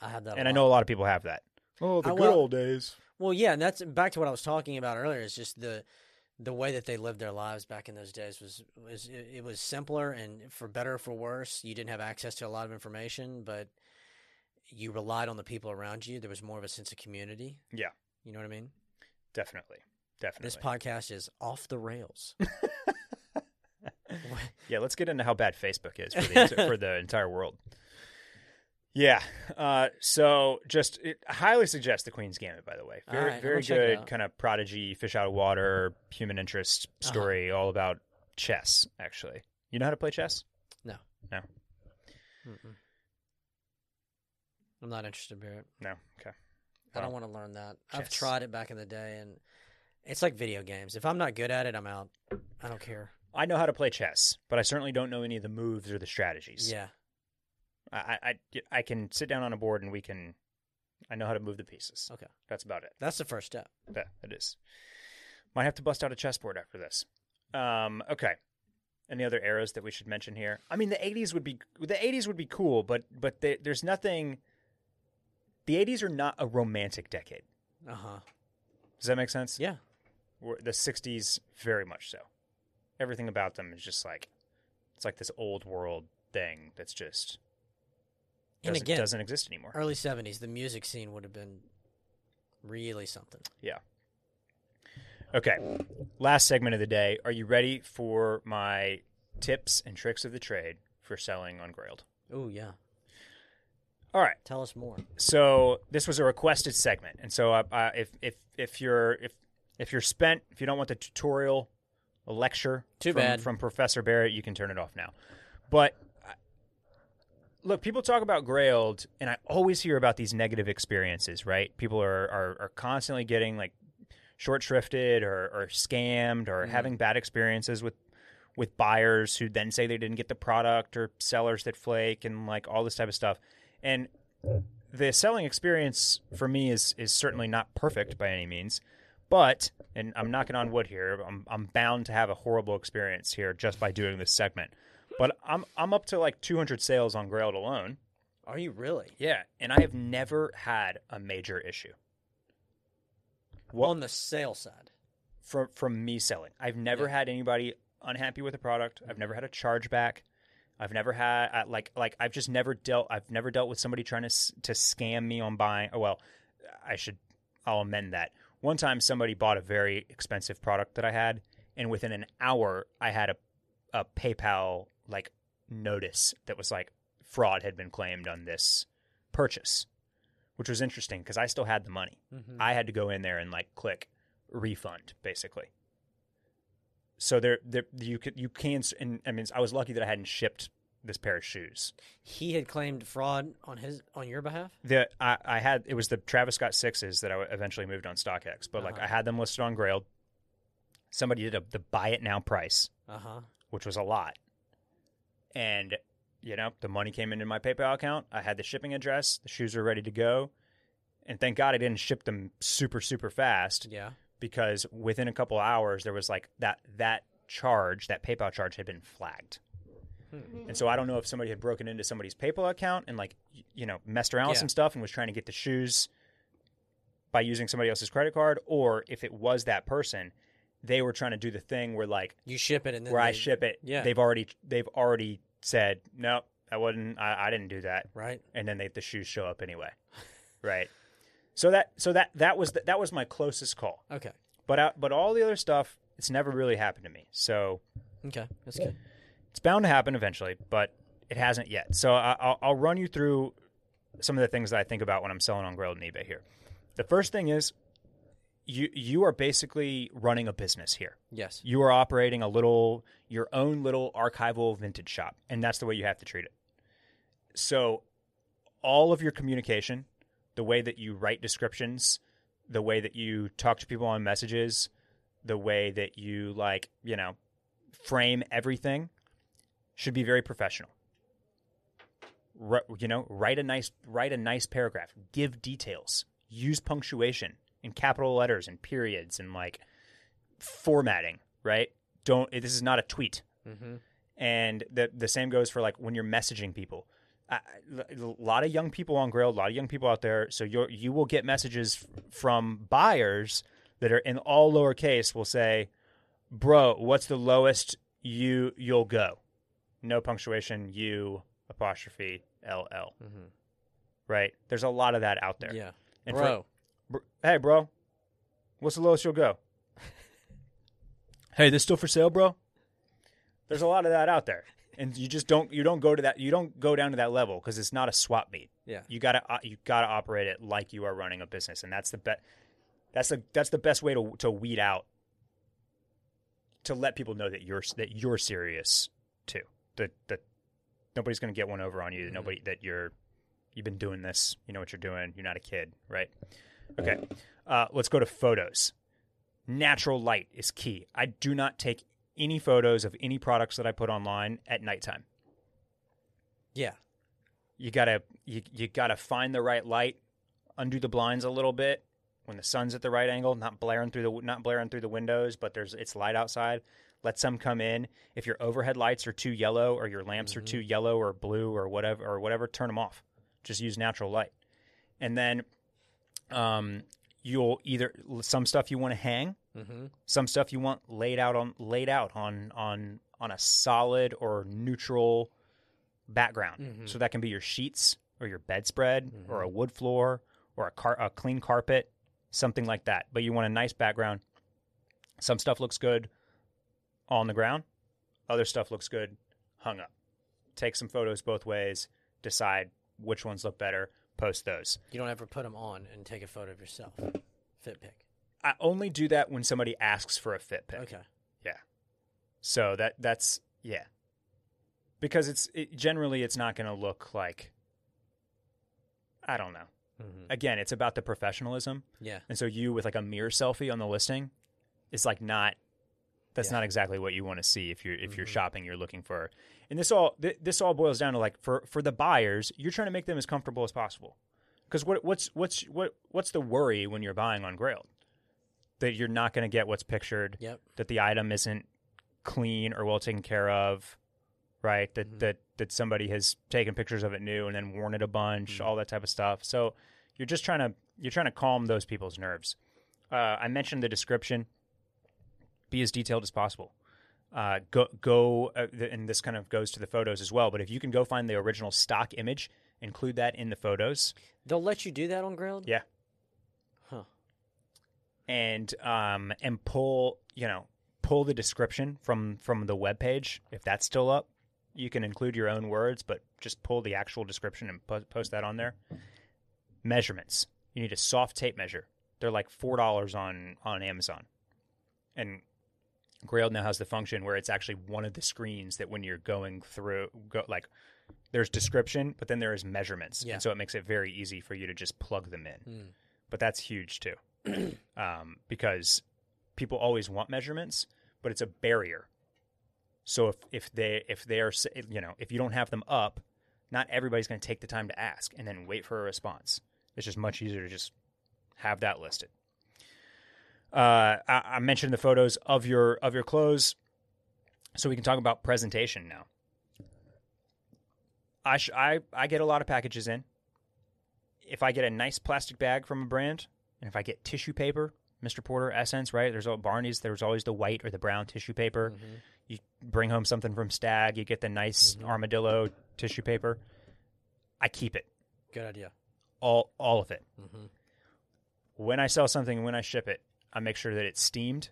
Speaker 2: I have that. a
Speaker 1: and I
Speaker 2: lot.
Speaker 1: know a lot of people have that. Oh,
Speaker 2: the I good will- old
Speaker 1: days.
Speaker 2: Well, yeah, and that's back to what I was talking about earlier. Is just the the way that they lived their lives back in those days was was it, it was simpler and for better or for worse, you didn't have access to a lot of information, but you relied on the people around you. There was more of a sense of community.
Speaker 1: Yeah.
Speaker 2: You know what I mean?
Speaker 1: Definitely, definitely.
Speaker 2: This podcast is off the rails.
Speaker 1: Yeah, let's get into how bad Facebook is for the, for the entire world. Yeah. Uh, so just it, I highly suggest the Queen's Gambit, by the way.
Speaker 2: All
Speaker 1: Very,
Speaker 2: right, I'm
Speaker 1: very
Speaker 2: gonna check it
Speaker 1: good
Speaker 2: out.
Speaker 1: kind of prodigy, fish out of water, human interest
Speaker 2: Uh-huh.
Speaker 1: story, all about chess, actually. You know how to play chess?
Speaker 2: No.
Speaker 1: No.
Speaker 2: Mm-mm. I'm not interested, Barrett.
Speaker 1: No. Okay.
Speaker 2: I don't
Speaker 1: Wow.
Speaker 2: want to learn that. I've
Speaker 1: Chess.
Speaker 2: tried it back in the day, and it's like video games. If I'm not good at it, I'm out. I don't care.
Speaker 1: I know how to play chess, but I certainly don't know any of the moves or the strategies.
Speaker 2: Yeah.
Speaker 1: I, I, I can sit down on a board and we can. I know how to move the pieces.
Speaker 2: Okay.
Speaker 1: That's about it.
Speaker 2: That's the first step.
Speaker 1: Yeah, it is. Might have to bust out a chessboard after this. Um, okay. Any other eras that we should mention here? I mean, the '80s would be the '80s would be cool, but but there there's nothing. The '80s are not a romantic decade.
Speaker 2: Uh huh.
Speaker 1: Does that make sense?
Speaker 2: Yeah.
Speaker 1: Where- The '60s, very much so. Everything about them is just like it's like this old world thing that's just
Speaker 2: And
Speaker 1: doesn't,
Speaker 2: again,
Speaker 1: doesn't exist anymore.
Speaker 2: early 70s, the music scene would have been really something.
Speaker 1: Yeah. Okay. Last segment of the day. Are you ready for my tips and tricks of the trade for selling on Grailed?
Speaker 2: Oh, yeah.
Speaker 1: All right.
Speaker 2: Tell us more.
Speaker 1: So this was a requested segment, and so uh, uh, if if if you're if if you're spent, if you don't want the tutorial, a lecture,
Speaker 2: Too
Speaker 1: from,
Speaker 2: bad.
Speaker 1: from Professor Barrett, you can turn it off now. But I- look, people talk about Grailed, and I always hear about these negative experiences. Right? People are are, are constantly getting like short shrifted or, or scammed
Speaker 2: Mm-hmm.
Speaker 1: or having bad experiences with with buyers who then say they didn't get the product or sellers that flake and like all this type of stuff. And the selling experience for me is is certainly not perfect by any means, but and I'm knocking on wood here. I'm I'm bound to have a horrible experience here just by doing this segment. But I'm I'm up to like 200 sales on Grailed alone.
Speaker 2: Are you really?
Speaker 1: Yeah, and I have never had a major issue What-
Speaker 2: On the sale side.
Speaker 1: from from me selling. I've never
Speaker 2: Yeah.
Speaker 1: had anybody unhappy with a product. I've never had a chargeback. I've never had I- like like I've just never dealt. I've never dealt with somebody trying to s- to scam me on buying. Oh well, I should. I'll amend that. One time, somebody bought a very expensive product that I had, and within an hour, I had a a PayPal like notice that was like fraud had been claimed on this purchase, which was interesting because I still had the money.
Speaker 2: Mm-hmm.
Speaker 1: I had to go in there and like click refund basically. So there, there you could you can s- and I mean I was lucky that I hadn't shipped this pair of shoes.
Speaker 2: He had claimed fraud on his on your behalf.
Speaker 1: The I, I had it was the Travis Scott sixes that I eventually moved on StockX, but like
Speaker 2: Uh-huh.
Speaker 1: I had them listed on Grailed. Somebody did a, the buy it now price,
Speaker 2: Uh huh.
Speaker 1: which was a lot, and you know the money came into my PayPal account. I had the shipping address. The shoes were ready to go, and thank God I didn't ship them super super fast
Speaker 2: Yeah.
Speaker 1: because within a couple hours there was like that that charge that PayPal charge had been flagged.
Speaker 2: Hmm.
Speaker 1: And so I don't know if somebody had broken into somebody's PayPal account and like y- you know messed around with
Speaker 2: Yeah.
Speaker 1: some stuff and was trying to get the shoes by using somebody else's credit card or if it was that person they were trying to do the thing where like
Speaker 2: You ship it and then
Speaker 1: where I
Speaker 2: they-
Speaker 1: ship it
Speaker 2: yeah.
Speaker 1: they've already they've already said no I wasn't I, I didn't do that
Speaker 2: Right.
Speaker 1: and then they, the shoes show up anyway. right. So that so that that was the, that was my closest call.
Speaker 2: Okay.
Speaker 1: But I, but all the other stuff, it's never really happened to me. So
Speaker 2: Okay. That's good.
Speaker 1: it's bound to happen eventually, but it hasn't yet. So I, I'll, I'll run you through some of the things that I think about when I'm selling on Grailed and eBay here. The first thing is you you are basically running a business here.
Speaker 2: Yes.
Speaker 1: You are operating a little your own little archival vintage shop, and that's the way you have to treat it. So all of your communication, the way that you write descriptions, the way that you talk to people on messages, the way that you like, you know, frame everything should be very professional. Ri- you know, write a nice write a nice paragraph, give details, use punctuation and capital letters and periods and like formatting, right? Don't this is not a tweet.
Speaker 2: Mm-hmm.
Speaker 1: And the the same goes for like when you're messaging people. I- I- A lot of young people on Grail, a lot of young people out there. So you you will get messages f- from buyers that are in all lowercase. Will say, "Bro, what's the lowest you you'll go?" No punctuation. You apostrophe ll.
Speaker 2: Mm-hmm.
Speaker 1: Right? There's a lot of that out there.
Speaker 2: Yeah.
Speaker 1: And for-
Speaker 2: Bro.
Speaker 1: Br- hey, bro, what's the lowest you'll go? hey, this still for sale, bro? There's a lot of that out there, and you just don't you don't go to that you don't go down to that level because it's not a swap meet.
Speaker 2: yeah.
Speaker 1: You gotta uh, you gotta operate it like you are running a business, and that's the bet. That's the that's the best way to to weed out to let people know that you're that you're serious too. That that nobody's gonna get one over on you. That nobody that you're you've been doing this. You know what you're doing. You're not a kid, right? Okay, uh, let's go to photos. Natural light is key. I do not take any photos of any products that I put online at nighttime
Speaker 2: Yeah.
Speaker 1: you gotta you, you gotta find the right light undo the blinds a little bit when the sun's at the right angle not blaring through the not blaring through the windows but there's it's light outside let some come in if your overhead lights are too yellow or your lamps are too yellow or blue or whatever or whatever turn them off just use natural light and then um you'll either some stuff you want to hang
Speaker 2: Mm-hmm.
Speaker 1: some stuff you want laid out on laid out on on on a solid or neutral background.
Speaker 2: Mhm.
Speaker 1: So that can be your sheets or your bedspread or a wood floor or a car a clean carpet, something like that. But you want a nice background. Some stuff looks good on the ground, other stuff looks good hung up. Take some photos both ways, decide which ones look better, post those.
Speaker 2: You don't ever put them on and take a photo of yourself. Fit pic.
Speaker 1: I only do that when somebody asks for a fit pic.
Speaker 2: Okay.
Speaker 1: So that that's yeah. Because it's it, generally it's not going to look like I don't know.
Speaker 2: Mm-hmm.
Speaker 1: Again, it's about the professionalism.
Speaker 2: Yeah.
Speaker 1: And so you with like a mirror selfie on the listing is like not that's
Speaker 2: Yeah.
Speaker 1: not exactly what you want to see if you're if you're
Speaker 2: Mhm.
Speaker 1: shopping you're looking for. And this all th- this all boils down to like for for the buyers, you're trying to make them as comfortable as possible. Cuz what what's what's what what's the worry when you're buying on Grailed? That you're not going to get what's pictured
Speaker 2: Yep.
Speaker 1: that the item isn't clean or well taken care of, right? That
Speaker 2: Mhm.
Speaker 1: that that somebody has taken pictures of it new and then worn it a bunch, all that type of stuff. So you're just trying to you're trying to calm those people's nerves. Uh, I mentioned the description. Be as detailed as possible. Uh, go go, uh, th- and this kind of goes to the photos as well. But if you can go find the original stock image, include that in the photos.
Speaker 2: They'll let you do that on grilled.
Speaker 1: Yeah.
Speaker 2: Huh.
Speaker 1: and um and pull you know pull the description from from the web page if that's still up you can include your own words but just pull the actual description and po- post that on there measurements you need a soft tape measure they're like four dollars on on amazon and Grailed now has the function where it's actually one of the screens that when you're going through, go, like there's description, but then there is measurements,
Speaker 2: Yeah.
Speaker 1: and so it makes it very easy for you to just plug them in.
Speaker 2: Mm.
Speaker 1: But that's huge too, um, because people always want measurements, but it's a barrier. So if if they if they are s- you know if you don't have them up, not everybody's going to take the time to ask and then wait for a response. It's just much easier to just have that listed. Uh, I, I mentioned the photos of your of your clothes, so we can talk about presentation now. I sh- I I get a lot of packages in. If I get a nice plastic bag from a brand, and if I get tissue paper, Mr. Porter Essence, right? There's all Barney's. There's always the white or the brown tissue paper. You bring home something from Stag. You get the nice armadillo tissue paper. I keep it
Speaker 2: Good idea.
Speaker 1: all all of it. When I sell something and when I ship it, I make sure that it's steamed.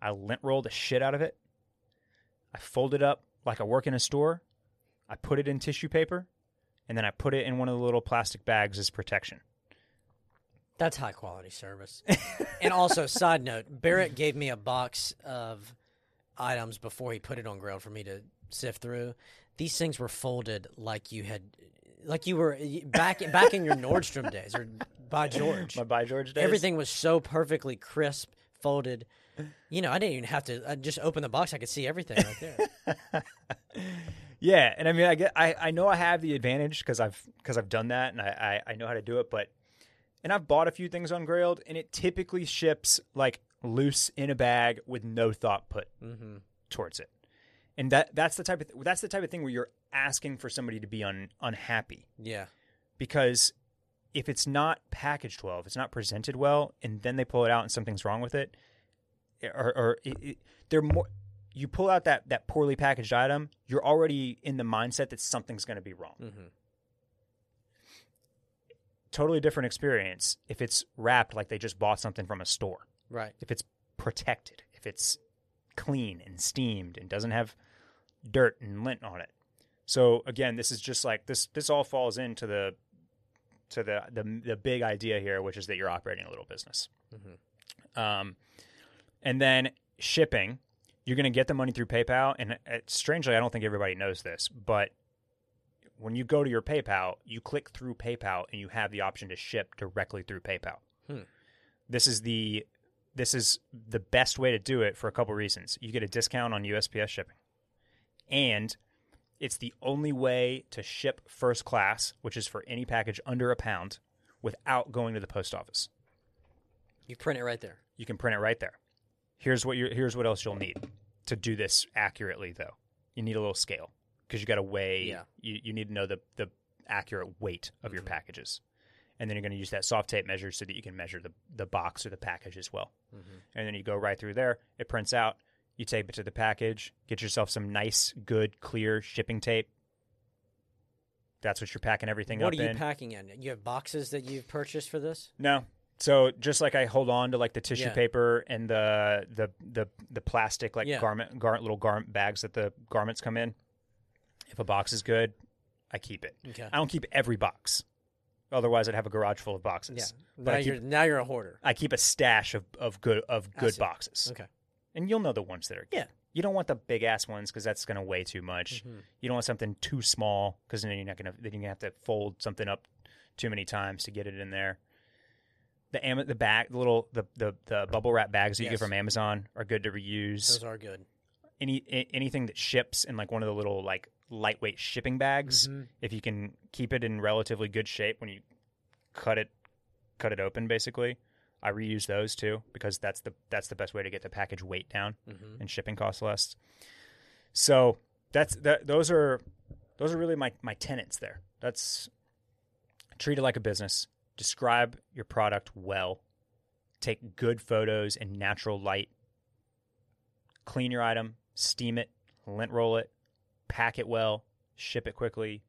Speaker 1: I lint roll the shit out of it. I fold it up like I work in a store. I put it in tissue paper, and then I put it in one of the little plastic bags as protection.
Speaker 2: That's high quality service. and also, side note, Barrett gave me a box of items before he put it on grill for me to sift through. These things were folded like you had, like you were back back in your Nordstrom days or by George.
Speaker 1: My by George days.
Speaker 2: Everything was so perfectly crisp, folded. You know, I didn't even have to. I just opened the box. I could see everything right there.
Speaker 1: Yeah, and I mean, I get, I, I know I have the advantage because I've because I've done that and I, I I know how to do it, but and I've bought a few things on Grailed, and it typically ships like loose in a bag with no thought put towards it, and that that's the type of th- that's the type of thing where you're asking for somebody to be un, unhappy
Speaker 2: yeah.
Speaker 1: because if it's not packaged well, if it's not presented well, and then they pull it out and something's wrong with it, or, or it, it, they're more, you pull out that that poorly packaged item, you're already in the mindset that something's going to be wrong. Totally different experience if it's wrapped like they just bought something from a store.
Speaker 2: Right.
Speaker 1: If it's protected, if it's clean and steamed and doesn't have dirt and lint on it. So again, this is just like this. This all falls into the to the the, the big idea here, which is that you're operating a little business.
Speaker 2: Mm-hmm.
Speaker 1: Um, and then shipping, you're going to get the money through PayPal. And uh, strangely, I don't think everybody knows this, but when you go to your PayPal, you click through PayPal, and you have the option to ship directly through PayPal.
Speaker 2: Hmm.
Speaker 1: This is the this is the best way to do it for a couple reasons. You get a discount on USPS shipping, and it's the only way to ship first class, which is for any package under a pound, without going to the post office.
Speaker 2: You print it right there.
Speaker 1: You can print it right there. Here's what you here's what else you'll need to do this accurately though. You need a little scale because you got to weigh
Speaker 2: Yeah. Mm-hmm.
Speaker 1: you, you need to know the the accurate weight of your packages. And then you're going to use that soft tape measure so that you can measure the the box or the package as well.
Speaker 2: Mm-hmm.
Speaker 1: And then you go right through there, it prints out, you tape it to the package, get yourself some nice good clear shipping tape. That's what you're packing everything
Speaker 2: What
Speaker 1: up
Speaker 2: are you
Speaker 1: in.
Speaker 2: packing in? You have boxes that you've purchased for this?
Speaker 1: No. So just like I hold on to like the tissue
Speaker 2: Yeah.
Speaker 1: paper and the the the the plastic like
Speaker 2: Yeah.
Speaker 1: garment gar- little garment bags that the garments come in. If a box is good, I keep it.
Speaker 2: Okay.
Speaker 1: I don't keep every box. Otherwise I'd have a garage full of
Speaker 2: Yeah.
Speaker 1: boxes. But
Speaker 2: Now
Speaker 1: I keep,
Speaker 2: you're now you're a hoarder.
Speaker 1: I keep a stash of, of good of
Speaker 2: I
Speaker 1: good
Speaker 2: see.
Speaker 1: boxes.
Speaker 2: Okay.
Speaker 1: And you'll know the ones that are good.
Speaker 2: Yeah. Mm-hmm.
Speaker 1: You don't want the big ass ones because that's going to weigh too much. You don't want something too small because then you're not going to then you're going to have to fold something up too many times to get it in there. The am- the bag, the little the, the the bubble wrap bags that you
Speaker 2: Yes.
Speaker 1: get from Amazon are good to reuse.
Speaker 2: Those are good.
Speaker 1: Any a- anything that ships in like one of the little like lightweight shipping
Speaker 2: Mm-hmm.
Speaker 1: bags, if you can keep it in relatively good shape when you cut it cut it open, basically, I reuse those too because that's the that's the best way to get the package weight down
Speaker 2: Mm-hmm.
Speaker 1: and shipping costs less. So that's that. Those are those are really my my tenants there. That's treat it like a business. Describe your product well. Take good photos in natural light. Clean your item, steam it, lint roll it, pack it well, ship it quickly.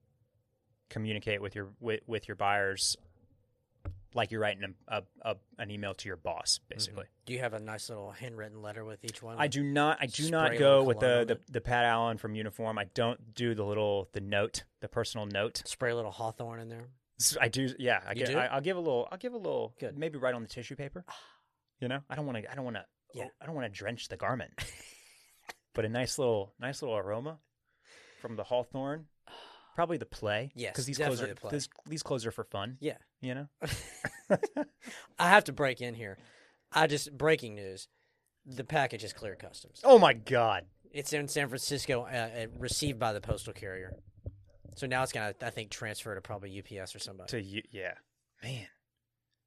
Speaker 1: Communicate with your with, with your buyers like you're writing a, a, a, an email to your boss, basically.
Speaker 2: Do you have a nice little handwritten letter with each one?
Speaker 1: I do not. I do
Speaker 2: Spray a
Speaker 1: not
Speaker 2: little
Speaker 1: go with
Speaker 2: cologne
Speaker 1: the,
Speaker 2: on
Speaker 1: the
Speaker 2: it.
Speaker 1: the Pat Allen from uniform. I don't do the little the note, the personal note.
Speaker 2: Spray a little hawthorn in there.
Speaker 1: S- I do. Yeah, I
Speaker 2: You
Speaker 1: get.
Speaker 2: do?
Speaker 1: I, I'll give a little. I'll give a little.
Speaker 2: Good. Ah.
Speaker 1: Maybe right on the tissue paper. You know, I don't want to. I don't want to.
Speaker 2: Yeah.
Speaker 1: I don't want to drench the garment. but a nice little nice little aroma from the hawthorn. Probably the play.
Speaker 2: Ah. Yes,
Speaker 1: because these
Speaker 2: definitely
Speaker 1: clothes are
Speaker 2: the play.
Speaker 1: These, these clothes are for fun.
Speaker 2: Yeah.
Speaker 1: You know,
Speaker 2: I have to break in here. I just breaking news. The package is clear customs.
Speaker 1: Oh my god.
Speaker 2: It's in San Francisco, uh, uh, received by the postal carrier. So now it's gonna, I think, transfer to probably UPS or somebody.
Speaker 1: To you, yeah. Man,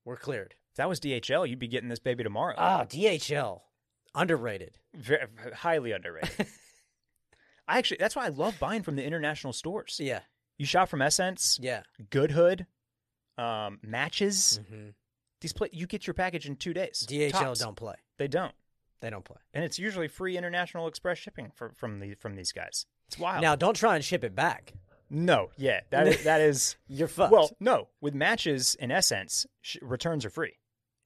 Speaker 2: We're cleared.
Speaker 1: if that was DHL. You'd be getting this baby tomorrow.
Speaker 2: Ah, DHL, underrated.
Speaker 1: Very, highly underrated. I actually, that's why I love buying from the international stores.
Speaker 2: Yeah,
Speaker 1: You shop from Essence,
Speaker 2: yeah.
Speaker 1: Good Hood, um, Matches.
Speaker 2: hmm
Speaker 1: These pla- you get your package in two days.
Speaker 2: DHL
Speaker 1: Tops.
Speaker 2: don't play.
Speaker 1: They don't,
Speaker 2: They don't play.
Speaker 1: and it's usually free international express shipping for, from the from these guys. It's wild.
Speaker 2: Now don't try and ship it back.
Speaker 1: no, yeah, that is, that is
Speaker 2: You're fucked.
Speaker 1: well, no. With Matches and Essence, sh- returns are free.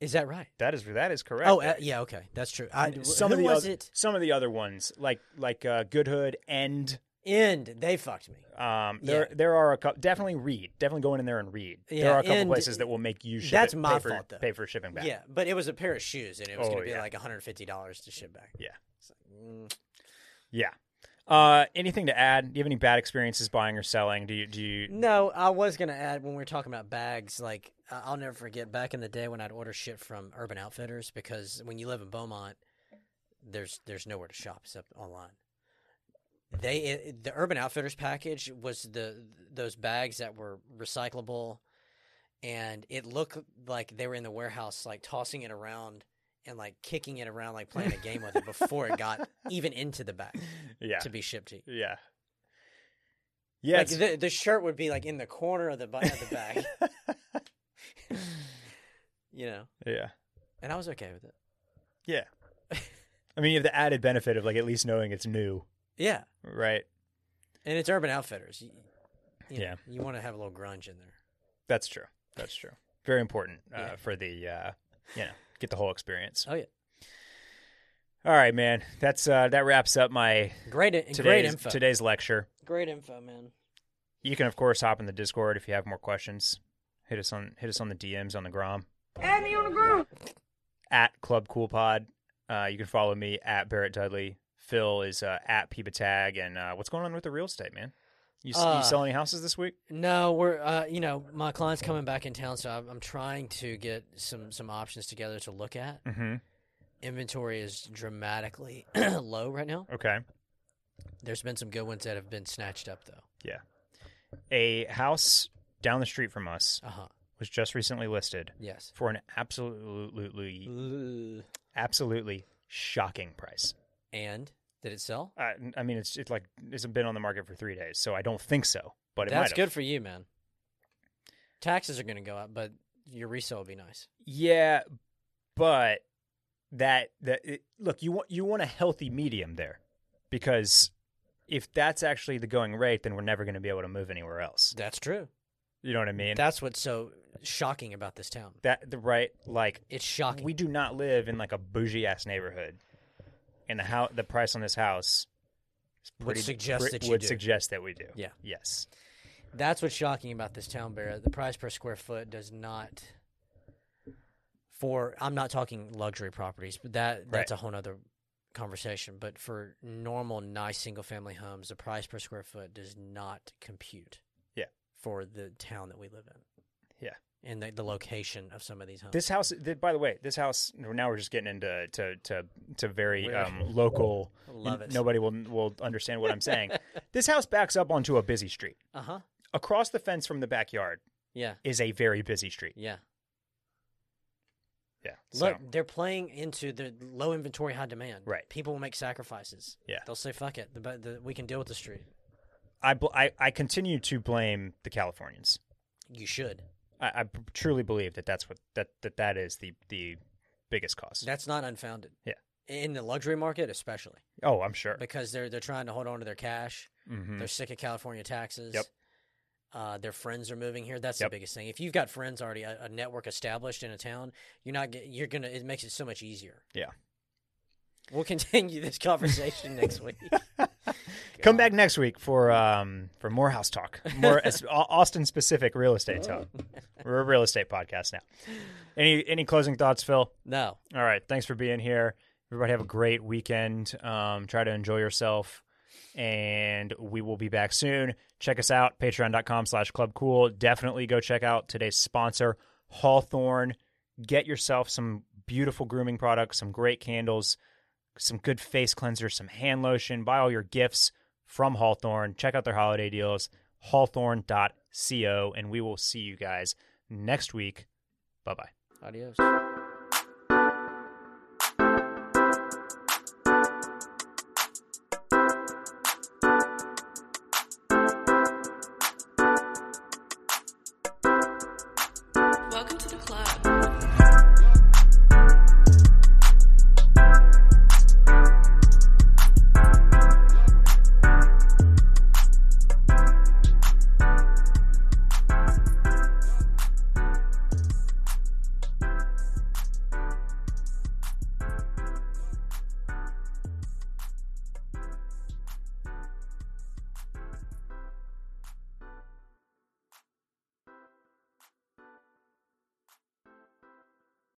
Speaker 2: is that right?
Speaker 1: That is that is correct.
Speaker 2: Oh, uh, yeah. Okay, that's true. I,
Speaker 1: And
Speaker 2: some who
Speaker 1: of the
Speaker 2: was
Speaker 1: other,
Speaker 2: it?
Speaker 1: some of the other ones like like uh, Good Hood and
Speaker 2: End. They fucked me.
Speaker 1: um there
Speaker 2: Yeah.
Speaker 1: there are a couple definitely read definitely go in there and read.
Speaker 2: Yeah,
Speaker 1: there are a couple
Speaker 2: and-
Speaker 1: places that will make you ship
Speaker 2: That's
Speaker 1: it-
Speaker 2: my
Speaker 1: pay for,
Speaker 2: fault, though.
Speaker 1: pay for shipping back.
Speaker 2: Yeah, but it was a pair of shoes, and it was
Speaker 1: Oh,
Speaker 2: going to be
Speaker 1: yeah.
Speaker 2: like 150 dollars to ship back.
Speaker 1: Yeah.
Speaker 2: It's like, mm.
Speaker 1: Yeah. Uh, anything to add? Do you have any bad experiences buying or selling? Do you do you?
Speaker 2: No, I was going to add when we were talking about bags, like I- I'll never forget back in the day when I'd order shit from Urban Outfitters because when you live in Beaumont, there's there's nowhere to shop except online. They it, the Urban Outfitters package was the those bags that were recyclable and it looked like they were in the warehouse like tossing it around and like kicking it around like playing a game with it before it got even into the bag
Speaker 1: Yeah,
Speaker 2: to be shipped to you.
Speaker 1: yeah, yeah. it's-
Speaker 2: Like the, the shirt would be like in the corner of the bu- of the bag, you know.
Speaker 1: yeah,
Speaker 2: And I was okay with it.
Speaker 1: yeah. I mean, you have the added benefit of like at least knowing it's new,
Speaker 2: Yeah,
Speaker 1: right?
Speaker 2: and it's Urban Outfitters. You, you know,
Speaker 1: Yeah.
Speaker 2: you want to have a little grunge in there.
Speaker 1: That's true. That's true. Very important uh,
Speaker 2: Yeah.
Speaker 1: for the uh, you know get the whole experience.
Speaker 2: Oh yeah,
Speaker 1: All right, man. That's uh, that wraps up my
Speaker 2: great, i-
Speaker 1: today's
Speaker 2: great info.
Speaker 1: today's lecture.
Speaker 2: Great info, man.
Speaker 1: You can of course hop in the Discord if you have more questions. Hit us on hit us on the DMs on the Grom.
Speaker 3: Add me on the ground.
Speaker 1: at Club Cool Pod. Uh, you can follow me at Barrett Dudley. Phil is uh, at Peepa Tag. And uh, what's going on with the real estate, man? You, s
Speaker 2: Uh,
Speaker 1: you sell any houses this week?
Speaker 2: No, we're uh, you know my client's coming back in town, so I'm, I'm trying to get some some options together to look at.
Speaker 1: Mm-hmm.
Speaker 2: Inventory is dramatically low right now.
Speaker 1: Okay.
Speaker 2: There's been some good ones that have been snatched up though.
Speaker 1: A house down the street from us
Speaker 2: Uh huh.
Speaker 1: was just recently listed
Speaker 2: Yes.
Speaker 1: for an absolutely, absolutely shocking price.
Speaker 2: And did it sell?
Speaker 1: I, I mean, it's it's like it's been on the market for three days, so I don't think so. But it
Speaker 2: That's
Speaker 1: might have.
Speaker 2: good for you, man. Taxes are going to go up, but your resale will be nice.
Speaker 1: Yeah, but that that it, look you want you want a healthy medium there because if that's actually the going rate, then we're never going to be able to move anywhere else.
Speaker 2: That's true.
Speaker 1: You know what I mean?
Speaker 2: That's what's so shocking about this town.
Speaker 1: that the right like
Speaker 2: It's shocking.
Speaker 1: we do not live in like a bougie ass neighborhood, and the how the price on this house is
Speaker 2: Would
Speaker 1: pretty,
Speaker 2: suggest
Speaker 1: pre-
Speaker 2: that you
Speaker 1: would
Speaker 2: do.
Speaker 1: suggest that we do.
Speaker 2: Yeah.
Speaker 1: Yes.
Speaker 2: That's what's shocking about this town, Barrett. The price per square foot does not. For I'm not talking luxury properties, but that that's a whole nother conversation. But for normal, nice single family homes, the price per square foot does not compute.
Speaker 1: Yeah.
Speaker 2: For the town that we live in.
Speaker 1: Yeah.
Speaker 2: And the, the location of some of these homes.
Speaker 1: This house. th- by the way, this house. Now we're just getting into to to to very
Speaker 2: Weird.
Speaker 1: um, local.
Speaker 2: Love
Speaker 1: and
Speaker 2: it.
Speaker 1: Nobody will will understand what I'm saying. this house backs up onto a busy street.
Speaker 2: Uh huh.
Speaker 1: Across the fence from the backyard
Speaker 2: Yeah.
Speaker 1: is a very busy street.
Speaker 2: Yeah.
Speaker 1: Yeah.
Speaker 2: Look,
Speaker 1: so,
Speaker 2: they're playing into the low inventory, high demand.
Speaker 1: Right.
Speaker 2: People will make sacrifices.
Speaker 1: Yeah.
Speaker 2: They'll say, "Fuck it, the, bu- the, we can deal with the street."
Speaker 1: I, bl- I I continue to blame the Californians.
Speaker 2: You should.
Speaker 1: I, I p- truly believe that that's what that that, that is the the biggest cause.
Speaker 2: That's not unfounded.
Speaker 1: Yeah.
Speaker 2: In the luxury market, especially
Speaker 1: oh, I'm sure.
Speaker 2: because they're they're trying to hold on to their cash.
Speaker 1: hmm
Speaker 2: They're sick of California taxes.
Speaker 1: Yep.
Speaker 2: Uh, their friends are moving here. That's
Speaker 1: Yep.
Speaker 2: the biggest thing. If you've got friends already, a, a network established in a town, you're not. get- You're gonna. It makes it so much easier.
Speaker 1: Yeah.
Speaker 2: We'll continue this conversation next week.
Speaker 1: Come back next week for um for more house talk, more Austin specific real estate talk. We're a real estate podcast now. Any any closing thoughts, Phil?
Speaker 2: No.
Speaker 1: All right. Thanks for being here. Everybody have a great weekend. Um, try to enjoy yourself. And we will be back soon. Check us out, patreon.com slash club cool. Definitely go check out today's sponsor, Hawthorne. Get yourself some beautiful grooming products, some great candles, some good face cleanser, some hand lotion. Buy all your gifts from Hawthorne. Check out their holiday deals, hawthorne.co. And we will see you guys next week. Bye bye.
Speaker 2: Adios.